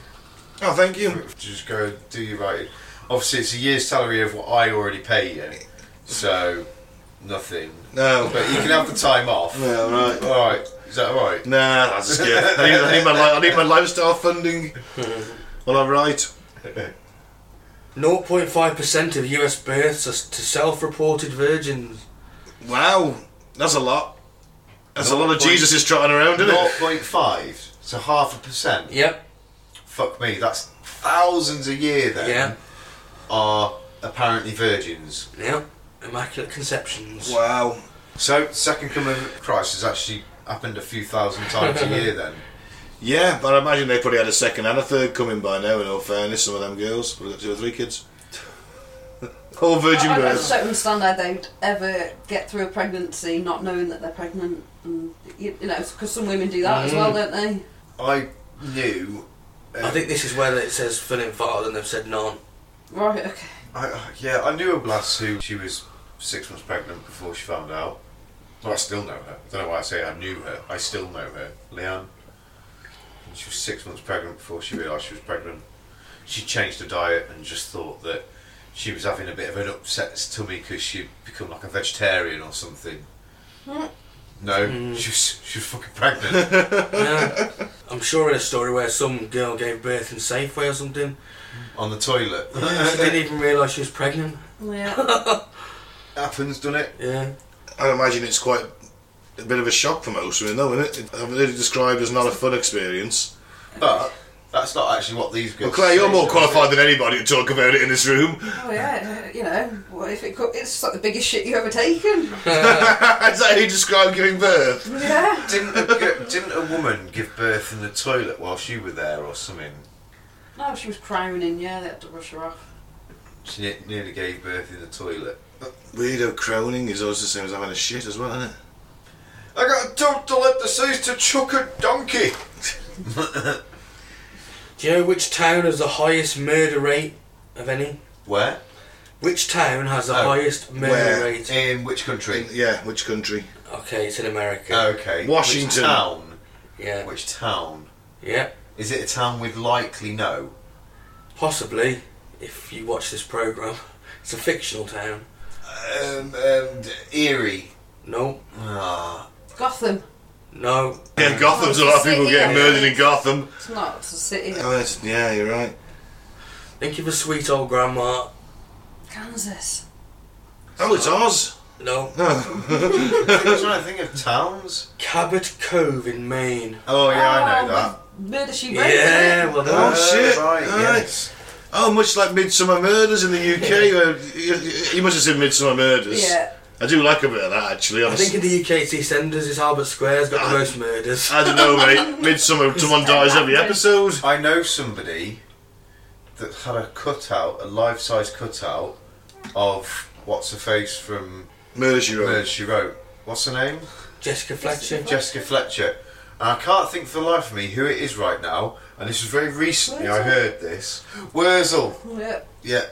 Speaker 1: Oh, thank you.
Speaker 4: Just go and do your writing. Obviously, it's a year's salary of what I already pay you, so nothing.
Speaker 1: No.
Speaker 4: But you can have the time off.
Speaker 1: Yeah, right.
Speaker 4: All right. Is that all right?
Speaker 1: Nah, that's a skip. I need, I need my li- I need my lifestyle funding. Well, I write.
Speaker 2: 0.5% of US births are s- to self reported virgins.
Speaker 1: Wow, that's a lot. That's a lot of
Speaker 4: Naught point-
Speaker 1: Jesus is trotting around, isn't
Speaker 4: Zero
Speaker 1: it?
Speaker 4: point five. So half a percent.
Speaker 2: Yep.
Speaker 4: Fuck me. That's thousands a year then.
Speaker 2: Yeah.
Speaker 4: Are apparently virgins.
Speaker 2: Yep. Immaculate conceptions.
Speaker 1: Wow.
Speaker 4: So second coming of Christ has actually happened a few thousand times a year then.
Speaker 1: Yeah, but I imagine they probably had a second and a third coming by now. In all fairness, some of them girls probably got two or three kids. All virgin
Speaker 3: I, I just
Speaker 1: birds.
Speaker 3: don't understand how they'd ever get through a pregnancy not knowing that they're pregnant. And, you, you know, because some women do that as
Speaker 4: Mm.
Speaker 3: well, don't they?
Speaker 4: I knew. um,
Speaker 2: I think this is where it says fill in file and they've said none.
Speaker 3: Right, okay.
Speaker 4: I, yeah, I knew a lass who she was six months pregnant before she found out. Well, I still know her. I don't know why I say I knew her. I still know her, Leanne. And she was six months pregnant before she realised she was pregnant. She changed her diet and just thought that she was having a bit of an upset tummy because she'd become like a vegetarian or something. No,
Speaker 1: Hmm.
Speaker 4: she, was, she was fucking pregnant.
Speaker 2: Yeah. I'm sure in a story where some girl gave birth in Safeway or something,
Speaker 4: on the toilet.
Speaker 2: she didn't even realise she was pregnant.
Speaker 3: Yeah.
Speaker 4: Happens, doesn't it?
Speaker 2: Yeah.
Speaker 1: I imagine it's quite a bit of a shock for most women, though, isn't it? I've heard it described as not a fun experience.
Speaker 4: But that's not actually what these girls.
Speaker 1: Well, Claire, you're
Speaker 4: say,
Speaker 1: more
Speaker 4: so-
Speaker 1: qualified than anybody to talk about it in this room.
Speaker 3: Oh yeah. You know, what if it? Co- it's like the biggest shit you ever taken.
Speaker 2: Uh.
Speaker 1: Is that how you describe giving birth?
Speaker 3: Yeah.
Speaker 4: Didn't a, g- didn't a woman give birth in the toilet while she were there or something?
Speaker 3: No, she was crowning. Yeah, they had to rush her off.
Speaker 4: She ne- nearly gave birth in the toilet.
Speaker 1: Weirdo crowning is always the same as having a shit as well, isn't it?
Speaker 4: I got told to let the seas to chuck a donkey.
Speaker 2: Do you know which town has the highest murder rate of any?
Speaker 4: Where?
Speaker 2: Which town has the
Speaker 4: Oh,
Speaker 2: highest murder
Speaker 1: where?
Speaker 2: rate?
Speaker 4: In which country?
Speaker 1: Yeah, which country?
Speaker 2: Okay, it's in America.
Speaker 4: Okay.
Speaker 1: Washington.
Speaker 4: Which town?
Speaker 2: yeah.
Speaker 4: Which town?
Speaker 2: Yeah.
Speaker 4: Is it a town we'd likely know?
Speaker 2: Possibly, if you watch this program, it's a fictional town.
Speaker 4: Um, um, Erie.
Speaker 2: No.
Speaker 4: Ah.
Speaker 3: Gotham.
Speaker 2: No.
Speaker 1: Yeah, Gotham's a lot of people getting murdered in Gotham.
Speaker 3: It's not. It's a city.
Speaker 1: Oh, that's, yeah, you're right.
Speaker 2: Think of a sweet old grandma.
Speaker 3: Kansas.
Speaker 1: Oh, it's Oz.
Speaker 2: No.
Speaker 4: I was trying to think of towns.
Speaker 2: Cabot Cove in Maine.
Speaker 4: Oh yeah, I know
Speaker 3: Oh,
Speaker 4: that. Uh,
Speaker 3: with Murder she wrote.
Speaker 2: Yeah,
Speaker 3: isn't it?
Speaker 2: well
Speaker 1: Oh,
Speaker 2: done.
Speaker 1: shit.
Speaker 4: Right,
Speaker 1: Right.
Speaker 4: yes.
Speaker 1: Oh, much like Midsummer Murders in the UK. where you, you must have seen Midsummer Murders.
Speaker 3: Yeah.
Speaker 1: I do like a bit of that, actually.
Speaker 2: I think
Speaker 1: Honestly.
Speaker 2: in the UK, it's EastEnders, it's Albert Square's got the most murders.
Speaker 1: I don't know, mate. Midsummer, someone dies every episode.
Speaker 4: I know somebody that had a cutout, a life-size cutout of what's her face from
Speaker 1: Murder She Wrote.
Speaker 4: Murder She Wrote. What's her name?
Speaker 2: Jessica Fletcher.
Speaker 4: Jessica Fletcher. And I can't think for the life of me who it is right now. And this was very recently I
Speaker 3: Wurzel.
Speaker 4: heard this. Wurzel.
Speaker 3: Yeah.
Speaker 4: Yeah.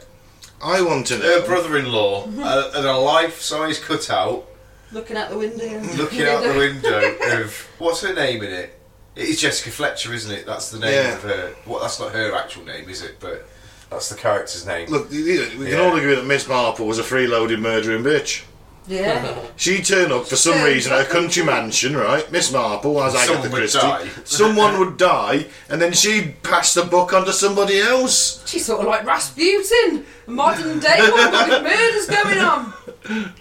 Speaker 1: I want to know.
Speaker 4: Her brother-in-law uh, and a life-size cutout
Speaker 3: Looking out the window.
Speaker 4: looking out the window of what's her name in it? It is Jessica Fletcher, isn't it? That's the name
Speaker 1: Yeah.
Speaker 4: of her. Well, that's not her actual name, is it? But that's the character's name.
Speaker 1: Look, you- you- we can
Speaker 4: Yeah.
Speaker 1: all agree that Miss Marple was a freeloading murdering bitch.
Speaker 3: Yeah.
Speaker 1: She turned up for some
Speaker 3: Yeah,
Speaker 1: reason at a
Speaker 3: exactly.
Speaker 1: country mansion, right? Miss Marple, as
Speaker 4: Someone
Speaker 1: Agatha
Speaker 4: would
Speaker 1: Christie.
Speaker 4: die.
Speaker 1: Someone would die, and then she'd pass the buck on to somebody else.
Speaker 3: She's sort of like Rasputin, a modern day one with murders going on.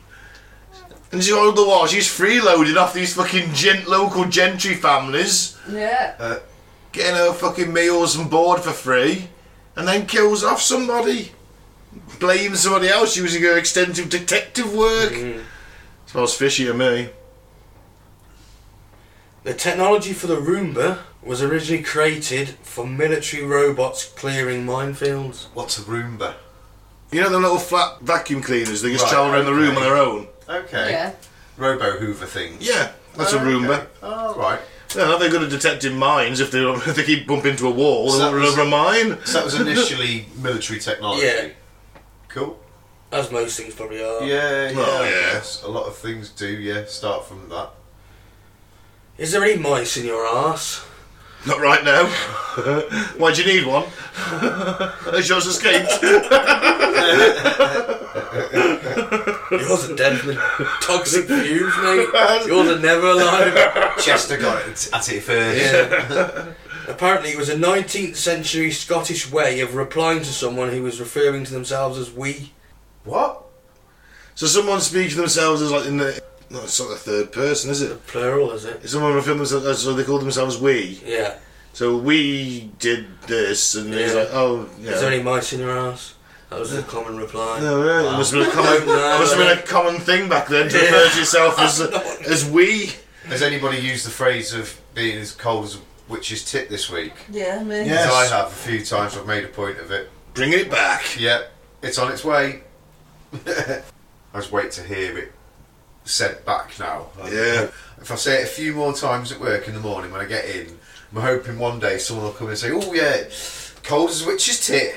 Speaker 1: And she all the while she's freeloading off these fucking gent local gentry families,
Speaker 3: Yeah.
Speaker 1: getting her fucking meals and board for free, and then kills off somebody. Blames somebody else using her extensive detective work.
Speaker 4: Mm.
Speaker 1: Smells fishy to me.
Speaker 2: The technology for the Roomba was originally created for military robots clearing minefields.
Speaker 4: What's a Roomba?
Speaker 1: You know them little flat vacuum cleaners? They just
Speaker 4: Right,
Speaker 1: travel around the room
Speaker 4: okay.
Speaker 1: on their own.
Speaker 4: Okay.
Speaker 3: Yeah.
Speaker 4: Robo Hoover things.
Speaker 1: Yeah, that's a
Speaker 2: Uh,
Speaker 4: Okay.
Speaker 1: Roomba.
Speaker 4: Oh, right.
Speaker 1: Yeah, they're good at detecting mines. If they if they keep bumping into a wall,
Speaker 4: So
Speaker 1: they
Speaker 4: that
Speaker 1: won't run
Speaker 4: was-
Speaker 1: over a mine.
Speaker 4: So that was initially military technology.
Speaker 2: Yeah.
Speaker 4: Cool.
Speaker 2: As most things probably are.
Speaker 4: Yeah, yeah.
Speaker 1: Oh,
Speaker 4: I
Speaker 1: yeah.
Speaker 4: guess. A lot of things do, yeah, start from that.
Speaker 2: Is there any mice in your arse?
Speaker 1: Not right now. Why do you need one? Has yours escaped?
Speaker 2: Yours are dead from the toxic fumes, mate. Yours are never alive.
Speaker 4: Chester got it at it first.
Speaker 2: Yeah. Apparently, it was a 19th century Scottish way of replying to someone who was referring to themselves as we.
Speaker 4: What?
Speaker 1: so someone speaks to themselves as like in the no, it's not the third person, is it?
Speaker 2: Plural, is it?
Speaker 1: If Someone referring themselves as so they call themselves we.
Speaker 2: Yeah.
Speaker 1: So we did this, and he's
Speaker 2: Yeah.
Speaker 1: like, oh yeah.
Speaker 2: Is there any mice in your ass? That was the common reply.
Speaker 1: no, really, it must have been a common,
Speaker 2: No,
Speaker 1: must have
Speaker 2: no.
Speaker 1: been a common thing back then to refer to yourself as as we.
Speaker 4: Has anybody used the phrase of being as cold as a witch's tit this week?
Speaker 3: Yeah, me.
Speaker 1: Yeah. Yes.
Speaker 4: As I have a few times, I've made a point of it.
Speaker 1: Bring it back.
Speaker 4: Yeah, it's on its way. I just wait to hear it sent back now.
Speaker 1: Yeah.
Speaker 4: If I say it a few more times at work in the morning when I get in, I'm hoping one day someone will come and say, "Oh yeah, cold as a witch's tit."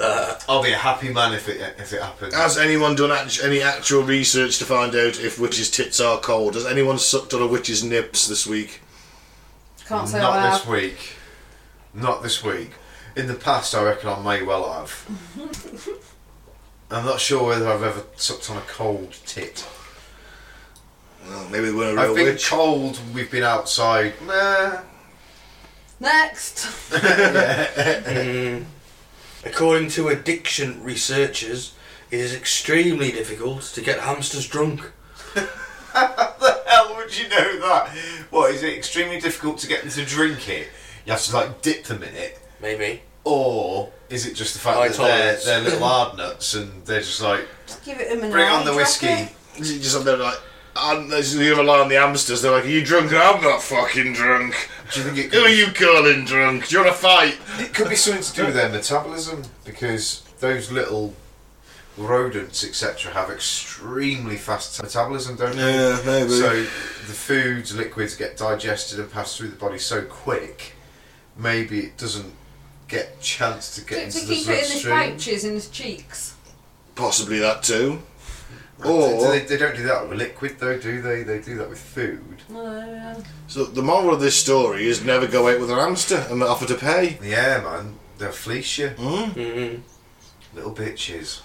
Speaker 2: Uh,
Speaker 4: I'll be a happy man if it if it happens.
Speaker 1: Has anyone done act- any actual research to find out if witches' tits are cold? Has anyone sucked on a witch's nips this week?
Speaker 3: Can't say
Speaker 4: Not
Speaker 3: I
Speaker 4: this
Speaker 3: have.
Speaker 4: week. Not this week. In the past, I reckon I may well have. I'm not sure whether I've ever sucked on a cold tit.
Speaker 1: Well, maybe they weren't a real
Speaker 4: I've been
Speaker 1: witch.
Speaker 4: cold. We've been outside. Nah.
Speaker 3: Next.
Speaker 2: Mm. According to addiction researchers, it is extremely difficult to get hamsters drunk.
Speaker 4: How the hell would you know that? What is it? Extremely difficult to get them to drink it. You have to like dip them in it,
Speaker 2: Maybe.
Speaker 4: or is it just the fact
Speaker 2: High
Speaker 4: that they're,
Speaker 2: tolerance.
Speaker 4: they're little hard nuts and they're just like
Speaker 3: Just give it a minute.
Speaker 4: bring on the whiskey?
Speaker 1: You just have them like. And there's the other line on the hamsters, they're like, Are you drunk? I'm not fucking drunk.
Speaker 4: Do you think it
Speaker 1: Who are
Speaker 4: could,
Speaker 1: you calling drunk? Do you want to fight?
Speaker 4: it could be something to do with their metabolism? Because those little rodents, etc., have extremely fast metabolism, don't they?
Speaker 1: maybe.
Speaker 4: So the foods, liquids get digested and pass through the body so quick, maybe it doesn't get chance to
Speaker 3: To,
Speaker 4: get
Speaker 3: to
Speaker 4: into the
Speaker 3: keep it in his
Speaker 4: bloodstream.
Speaker 3: pouches, in his cheeks.
Speaker 1: Possibly that too.
Speaker 4: Do- do
Speaker 1: Or
Speaker 4: they, they don't do that with liquid though, do they? They do that with food.
Speaker 3: Uh,
Speaker 1: so the moral of this story is never go out with an hamster and offer to pay.
Speaker 4: Yeah, man, they'll fleece you,
Speaker 1: Mm.
Speaker 2: Mm.
Speaker 4: little bitches.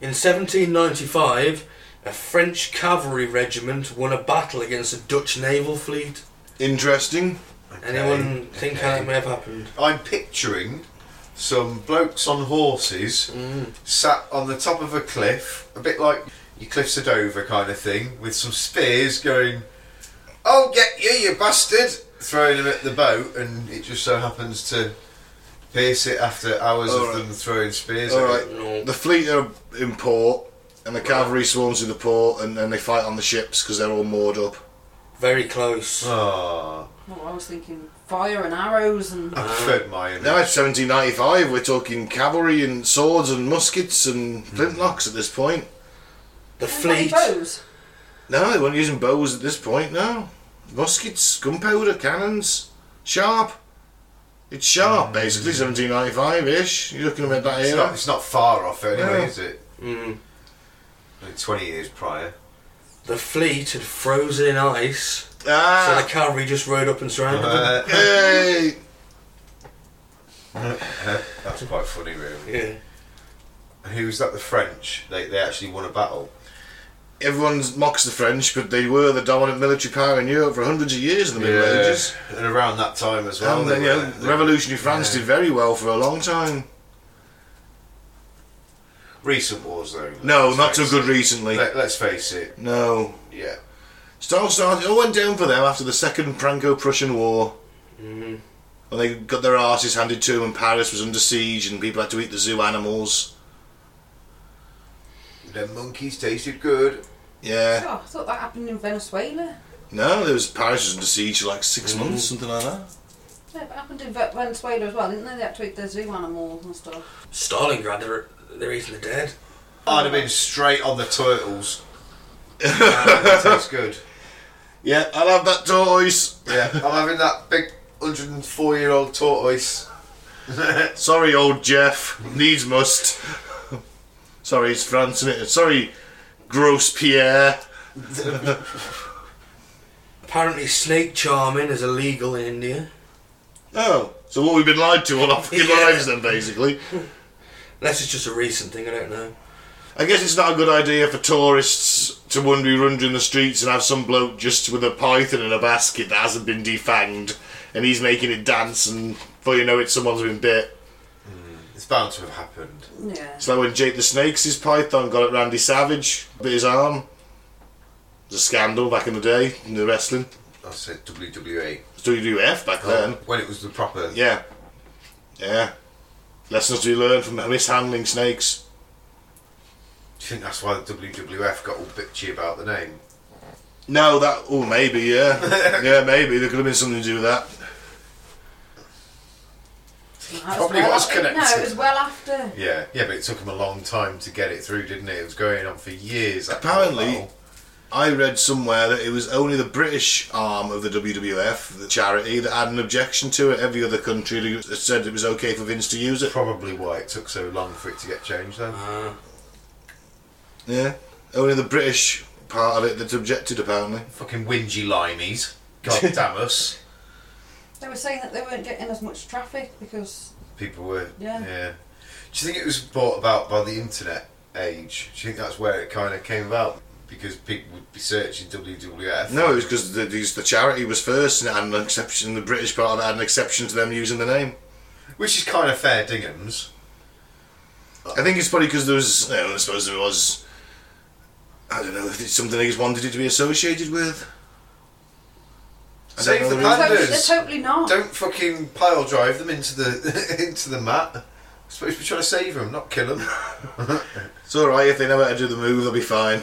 Speaker 2: In 1795, a French cavalry regiment won a battle against a Dutch naval fleet.
Speaker 1: Interesting.
Speaker 2: Anyone
Speaker 4: Okay,
Speaker 2: think
Speaker 4: okay.
Speaker 2: how that may have happened?
Speaker 4: I'm picturing some blokes on horses
Speaker 2: Mm.
Speaker 4: sat on the top of a cliff, a bit like your cliffs of Dover kind of thing, with some spears going, I'll get you, you bastard! Throwing them at the boat, and it just so happens to pierce it after hours of
Speaker 1: Alright.
Speaker 4: them throwing spears at
Speaker 1: Alright.
Speaker 4: it.
Speaker 2: No.
Speaker 1: The fleet are in port and the cavalry swarms in the port and then they fight on the ships because they're all moored up.
Speaker 2: Very close.
Speaker 4: Ah,
Speaker 3: well, I was thinking fire and arrows and.
Speaker 4: I
Speaker 1: Ah.
Speaker 4: preferred my
Speaker 1: Now it's 1795, we're talking cavalry and swords and muskets and flintlocks at this point.
Speaker 2: The
Speaker 3: Bloody
Speaker 2: fleet.
Speaker 3: bows.
Speaker 1: No, they weren't using bows at this point, no. Muskets, gunpowder, cannons, sharp. It's sharp, basically, 1795 ish. You're looking at that
Speaker 4: It's not,
Speaker 1: era.
Speaker 4: it's not far off anyway,
Speaker 1: No.
Speaker 4: is it?
Speaker 2: Mm.
Speaker 4: Like 20 years prior.
Speaker 2: The fleet had frozen in ice, so the
Speaker 1: Ah,
Speaker 2: cavalry just rode up and surrounded them.
Speaker 4: Uh,
Speaker 1: hey!
Speaker 4: that's quite funny, really.
Speaker 2: Yeah.
Speaker 4: Who was that? The French? They, they actually won a battle.
Speaker 1: Everyone mocks the French, but they were the dominant military power in Europe for hundreds of years in the Middle Ages.
Speaker 4: And around that time as well.
Speaker 1: And then,
Speaker 4: they
Speaker 1: you
Speaker 4: were-
Speaker 1: know,
Speaker 4: they-
Speaker 1: uh, revolutionary France
Speaker 4: yeah.
Speaker 1: did very well for a long time.
Speaker 4: Recent wars, though.
Speaker 1: No,
Speaker 4: let's
Speaker 1: not so
Speaker 4: face
Speaker 1: good
Speaker 4: it.
Speaker 1: recently.
Speaker 4: Let, us face it.
Speaker 1: No.
Speaker 4: Yeah.
Speaker 1: It all started, it all went down for them after the Second Franco-Prussian War. Mm-hmm.
Speaker 2: Mm.
Speaker 1: When they got their asses handed to them and Paris was under siege and people had to eat the zoo animals.
Speaker 4: The monkeys tasted good.
Speaker 1: Yeah.
Speaker 3: Oh, I thought that happened in Venezuela.
Speaker 1: No, there was Paris was under siege for like 6 months, something like that.
Speaker 3: Yeah, it happened in Ve- Venezuela as well, didn't they? They had to eat their zoo animals and stuff.
Speaker 2: Stalingrad, they're, they're eating the dead.
Speaker 4: I'd have been straight on the turtles. That tastes good.
Speaker 1: Yeah, I'll have that tortoise.
Speaker 4: Yeah, I'm having that big 104 year old tortoise.
Speaker 1: Sorry, old Jeff. Needs must. Sorry, it's France, isn't it? Sorry, gross Pierre.
Speaker 2: Apparently, snake charming is illegal in India.
Speaker 1: Oh, so what we've been lied to all our fucking
Speaker 2: Yeah.
Speaker 1: lives then, basically.
Speaker 2: Unless it's just a recent thing, I don't know.
Speaker 1: I guess it's not a good idea for tourists to wander around in the streets and have some bloke just with a python in a basket that hasn't been defanged, and he's making it dance, and before you know it, someone's been bit.
Speaker 4: It's bound to have happened.
Speaker 3: Yeah.
Speaker 1: It's like when Jake the Snake's his python got at Randy Savage, bit his arm. It was a scandal back in the day in the wrestling.
Speaker 4: I said WWE.
Speaker 1: It was WWF
Speaker 4: Oh.
Speaker 1: back then.
Speaker 4: When it was the proper.
Speaker 1: Yeah. Yeah. Lessons to be learned from mishandling snakes.
Speaker 4: Do you think that's why the WWF got all bitchy about the name?
Speaker 1: No, that. Oh, maybe. Yeah, yeah, maybe there could have been something to do with that.
Speaker 3: That
Speaker 4: Probably was
Speaker 3: after- No,
Speaker 4: connected.
Speaker 3: it was well after.
Speaker 4: Yeah, yeah, but it took them a long time to get it through, didn't it? It was going on for years. that
Speaker 1: Apparently-
Speaker 4: battle.
Speaker 1: I read somewhere that it was only the British arm of the WWF, the charity, that had an objection to it. Every other country said it was okay for Vince to use it.
Speaker 4: probably why it took so long for it to get changed. Then
Speaker 2: Uh,
Speaker 1: Yeah, only the British part of it that objected. Apparently,
Speaker 4: fucking whingy limeys. God damn us.
Speaker 3: They were saying that they weren't getting as much traffic because
Speaker 4: People were.
Speaker 3: Yeah.
Speaker 4: Yeah. Do you think it was brought about by the internet age? Do you think that's where it kind of came about? Because people would be searching WWF.
Speaker 1: No, it was because the, these- the charity was first and it had an exception, the British part had an exception to them using the name.
Speaker 4: Which is kind of fair dinghams.
Speaker 1: I think it's probably because there was, you know, I suppose there was, I don't know, if it's something they just wanted it to be associated with. I
Speaker 4: Save
Speaker 1: don't
Speaker 4: the
Speaker 1: know.
Speaker 4: planet.
Speaker 3: Totally- They're
Speaker 4: Anders,
Speaker 3: totally not.
Speaker 4: Don't fucking pile drive them into the into the mat. I supposed to be trying to save them, not kill them.
Speaker 1: It's alright, if they know how to do the move, they'll be fine.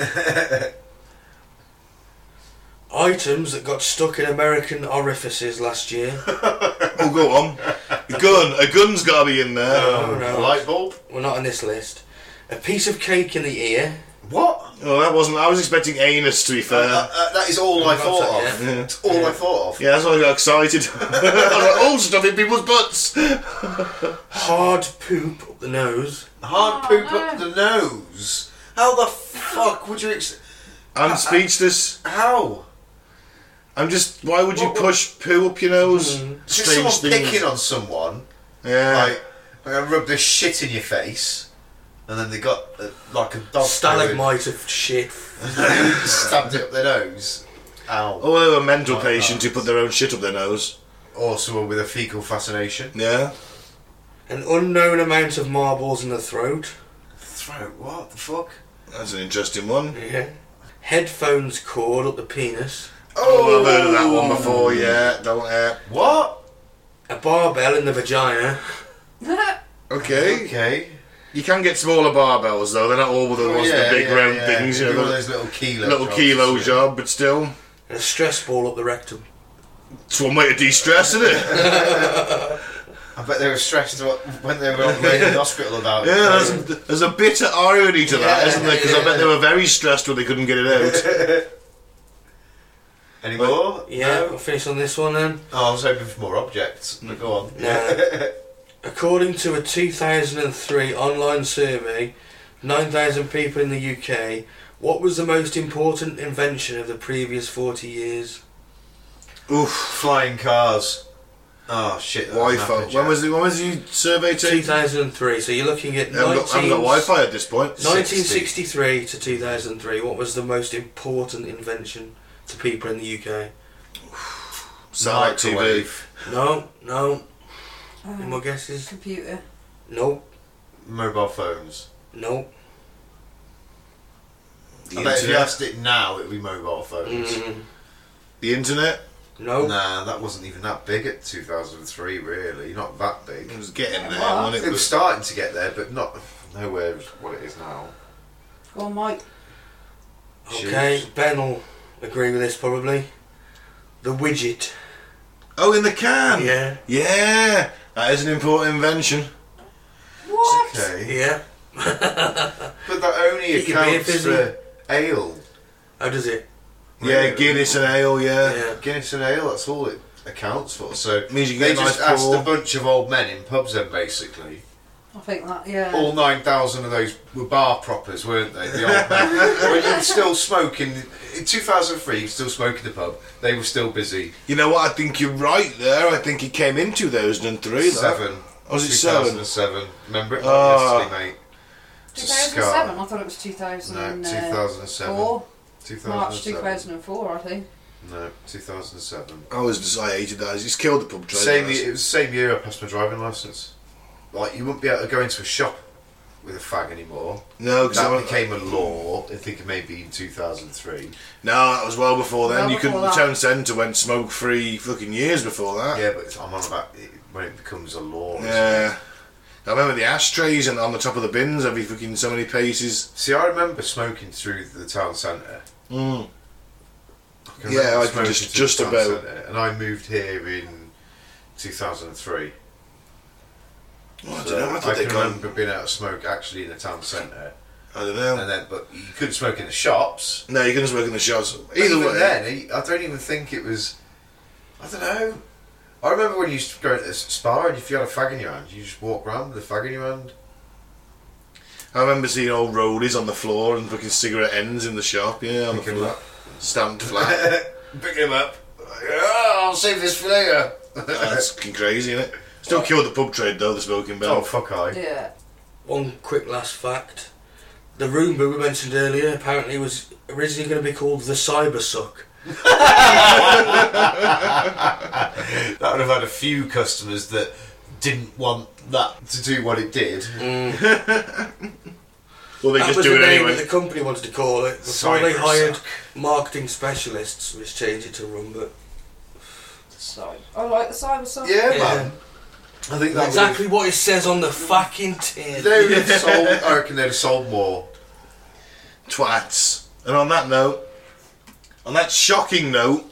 Speaker 2: Items that got stuck in American orifices last year.
Speaker 1: oh, go on. A gun. A gun's got to be in there.
Speaker 2: Oh, no.
Speaker 4: Light bulb.
Speaker 2: Well, not on this list. A piece of cake in the ear.
Speaker 4: What?
Speaker 1: Oh, that wasn't. I was expecting anus, to be fair.
Speaker 4: Uh, uh, that is all I
Speaker 2: That's
Speaker 4: thought
Speaker 2: it,
Speaker 4: of.
Speaker 1: yeah.
Speaker 4: It's all I thought of.
Speaker 1: yeah, that's why I got excited. I was like, oh, stuff in people's butts.
Speaker 2: Hard poop up the nose.
Speaker 4: Hard
Speaker 3: Oh,
Speaker 4: poop
Speaker 3: no.
Speaker 4: up the nose. How the fuck would you? Ex-
Speaker 1: I'm speechless.
Speaker 4: How?
Speaker 1: I'm just. Why would you
Speaker 4: What- what-
Speaker 1: push poo up your nose?
Speaker 4: It's Just someone picking on someone.
Speaker 1: Yeah.
Speaker 4: Like, I'm gonna rub this shit in your face, and then they got uh, like a dog
Speaker 2: Stalagmite of shit.
Speaker 4: poo and stabbed it up their nose. Ow.
Speaker 1: Oh, they were mental
Speaker 4: Like
Speaker 1: patients
Speaker 4: that.
Speaker 1: who put their own shit up their nose.
Speaker 4: Or someone with a fecal fascination.
Speaker 1: Yeah.
Speaker 2: An unknown amount of marbles in the throat.
Speaker 4: Throat. What the fuck?
Speaker 1: That's an interesting one.
Speaker 2: Yeah. Headphones cord up the penis.
Speaker 1: Oh, I've heard of that one before, yeah. Don't, uh,
Speaker 4: What?
Speaker 2: A barbell in the vagina.
Speaker 1: okay.
Speaker 4: Okay.
Speaker 1: You can get smaller barbells, though. They're not all the,
Speaker 4: Oh,
Speaker 1: ones,
Speaker 4: yeah,
Speaker 1: the big
Speaker 4: yeah,
Speaker 1: round
Speaker 4: yeah.
Speaker 1: things, you
Speaker 4: Do
Speaker 1: know.
Speaker 4: all
Speaker 1: the
Speaker 4: those little kilo.
Speaker 1: Little
Speaker 4: jobs.
Speaker 1: kilo
Speaker 4: Yeah.
Speaker 1: job, but still.
Speaker 2: And a stress ball up the rectum.
Speaker 1: It's one way to de stress, isn't it?
Speaker 4: I bet they were stressed what- when they were on the in hospital about it.
Speaker 1: Yeah, there's, there's a bitter irony to that,
Speaker 4: Yeah,
Speaker 1: isn't there? Because I bet they were very stressed when they couldn't get it out.
Speaker 4: Any more?
Speaker 2: Yeah,
Speaker 4: No?
Speaker 2: we'll finish on this one then.
Speaker 4: Oh, I was hoping for more objects. But go on.
Speaker 2: No. According to a 2003 online survey, 9,000 people in the UK, what was the most important invention of the previous 40 years?
Speaker 1: Oof.
Speaker 4: Flying cars. Oh shit. that hasn't
Speaker 1: Wi-Fi.
Speaker 4: happened yet.
Speaker 1: When was the when was the survey taken?
Speaker 2: 2003, so you're looking at
Speaker 1: I haven't
Speaker 2: 19,
Speaker 1: got, I haven't got Wi-Fi at this point.
Speaker 2: 1963 to 2003. What was the most important invention to people in the UK?
Speaker 1: Satellite TV.
Speaker 4: Microwave.
Speaker 2: No, no. Any more
Speaker 3: Um,
Speaker 2: guesses?
Speaker 3: computer.
Speaker 2: No,
Speaker 4: Mobile phones.
Speaker 2: no.
Speaker 1: The
Speaker 4: I bet if
Speaker 1: internet.
Speaker 4: you
Speaker 1: Mm-hmm.
Speaker 4: asked it now, it'd be mobile phones.
Speaker 2: Mm,
Speaker 1: The internet.
Speaker 2: no.
Speaker 4: Nah, that wasn't even that big at 2003, really. Not that big.
Speaker 1: It was getting there.
Speaker 3: What?
Speaker 1: wasn't
Speaker 4: It
Speaker 1: it
Speaker 4: was starting to get there, but not nowhere as what it is now.
Speaker 3: Go on, Mike.
Speaker 2: Okay,
Speaker 4: Shoes.
Speaker 2: Ben will agree with this probably. The widget.
Speaker 1: oh, in the can.
Speaker 2: Yeah.
Speaker 1: Yeah. That is an important invention.
Speaker 3: What?
Speaker 4: Okay.
Speaker 2: Yeah.
Speaker 4: But that only
Speaker 2: Keep your beer
Speaker 4: accounts
Speaker 2: fizzy.
Speaker 4: for ale.
Speaker 2: How does it?
Speaker 1: Yeah, Guinness and ale. Yeah.
Speaker 2: Yeah.
Speaker 4: Guinness and ale, that's all it accounts for. So
Speaker 1: Means you
Speaker 4: they
Speaker 1: get a
Speaker 4: just
Speaker 1: nice
Speaker 4: asked
Speaker 1: pour.
Speaker 4: a bunch of old men in pubs then, basically.
Speaker 3: I think that, yeah.
Speaker 4: All 9,000 of those were bar proppers, weren't they? The old men. when you were still smoking, in 2003, you were still smoking the pub. They were still busy.
Speaker 1: You know what? I think you're right there. I think it came in 2003. that.
Speaker 4: Seven.
Speaker 1: Oh, was it seven?
Speaker 4: 2007. Remember it like
Speaker 1: Ah.
Speaker 4: yesterday, mate. It's a
Speaker 3: 2007? I thought it was 2004.
Speaker 4: No, 2007.
Speaker 3: March
Speaker 4: 2007.
Speaker 3: 2004, I think.
Speaker 4: No, 2007.
Speaker 1: I was just, I hated that. It's just killed the pub trade.
Speaker 4: Same year, it was the same year I passed my driving licence. Like, you wouldn't be able to go into a shop with a fag anymore.
Speaker 1: No, because
Speaker 4: That became a law, I think maybe in 2003.
Speaker 1: No, that was well before then.
Speaker 3: Well
Speaker 1: you couldn't.
Speaker 3: before that.
Speaker 1: The town centre went smoke free fucking years before that.
Speaker 4: Yeah, but I'm on about it, when it becomes a law. isn't it?
Speaker 1: Uh, Yeah. I remember the ashtrays and on the top of the bins every fucking so many paces.
Speaker 4: See, I remember smoking through the town centre.
Speaker 1: Mm.
Speaker 4: I can
Speaker 1: Yeah,
Speaker 4: remember
Speaker 1: I can
Speaker 4: smoking
Speaker 1: just-
Speaker 4: through the
Speaker 1: just
Speaker 4: town
Speaker 1: about.
Speaker 4: centre, And I moved here in 2003.
Speaker 1: Well, I
Speaker 4: So
Speaker 1: don't know. I thought they
Speaker 4: can
Speaker 1: gone.
Speaker 4: remember being out of smoke actually in the town centre,
Speaker 1: I don't know.
Speaker 4: and then but you could smoke in the shops.
Speaker 1: No, you couldn't smoke in the shops.
Speaker 4: But
Speaker 1: Either
Speaker 4: even
Speaker 1: way,
Speaker 4: then I I don't even think it was. I don't know. I remember when you used to go into the spa and if you had a fag in your hand, you just walk around with a fag in your hand.
Speaker 1: I remember seeing old rollies on the floor and fucking cigarette ends in the shop. Yeah, on the
Speaker 4: Picking 'em
Speaker 1: floor,
Speaker 4: up.
Speaker 1: stamped flat.
Speaker 4: Pick him up. Oh, I'll save this for later.
Speaker 2: Oh.
Speaker 1: That's fucking crazy, isn't it? Still killed the pub trade though. The smoking ban.
Speaker 4: oh fuck I.
Speaker 3: Yeah.
Speaker 2: one quick last fact. The Roomba we mentioned earlier apparently was originally going to be called the Cyber Suck.
Speaker 4: That would have had a few customers that didn't want that to do what it did.
Speaker 1: Well, they
Speaker 2: that
Speaker 1: just
Speaker 2: was
Speaker 1: do
Speaker 2: the
Speaker 1: it
Speaker 2: name
Speaker 1: anyway.
Speaker 2: that the company wanted to call it before they
Speaker 4: Cyber
Speaker 2: hired
Speaker 4: Suck.
Speaker 2: marketing specialists, which changed it to Roomba.
Speaker 3: So, I like the cyber song.
Speaker 4: Yeah,
Speaker 2: Yeah.
Speaker 4: man. I think that
Speaker 2: Exactly what it says on the fucking tin.
Speaker 4: Would have, they would have sold. I reckon they'd have sold more.
Speaker 1: Twats. And on that note, on that shocking note,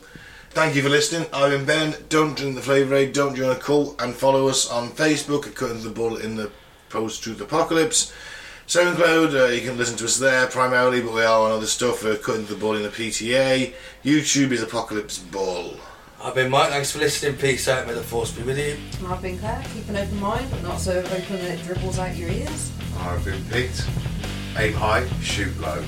Speaker 1: thank you for listening. I've been Ben. Don't drink the flavour aid. Don't join a cult. And follow us on Facebook at Cutting the Bull in the Post Truth Apocalypse. SoundCloud, uh, you can listen to us there primarily, but we are on other stuff. Uh, Cutting the Bull in the PTA. YouTube is Apocalypse Bull.
Speaker 2: I've been Mike, thanks for listening. Peace out, may the force be with you.
Speaker 3: And I've been Claire. Keep an open mind, but not so open that it dribbles out your ears.
Speaker 4: I've been picked. Aim high, shoot low.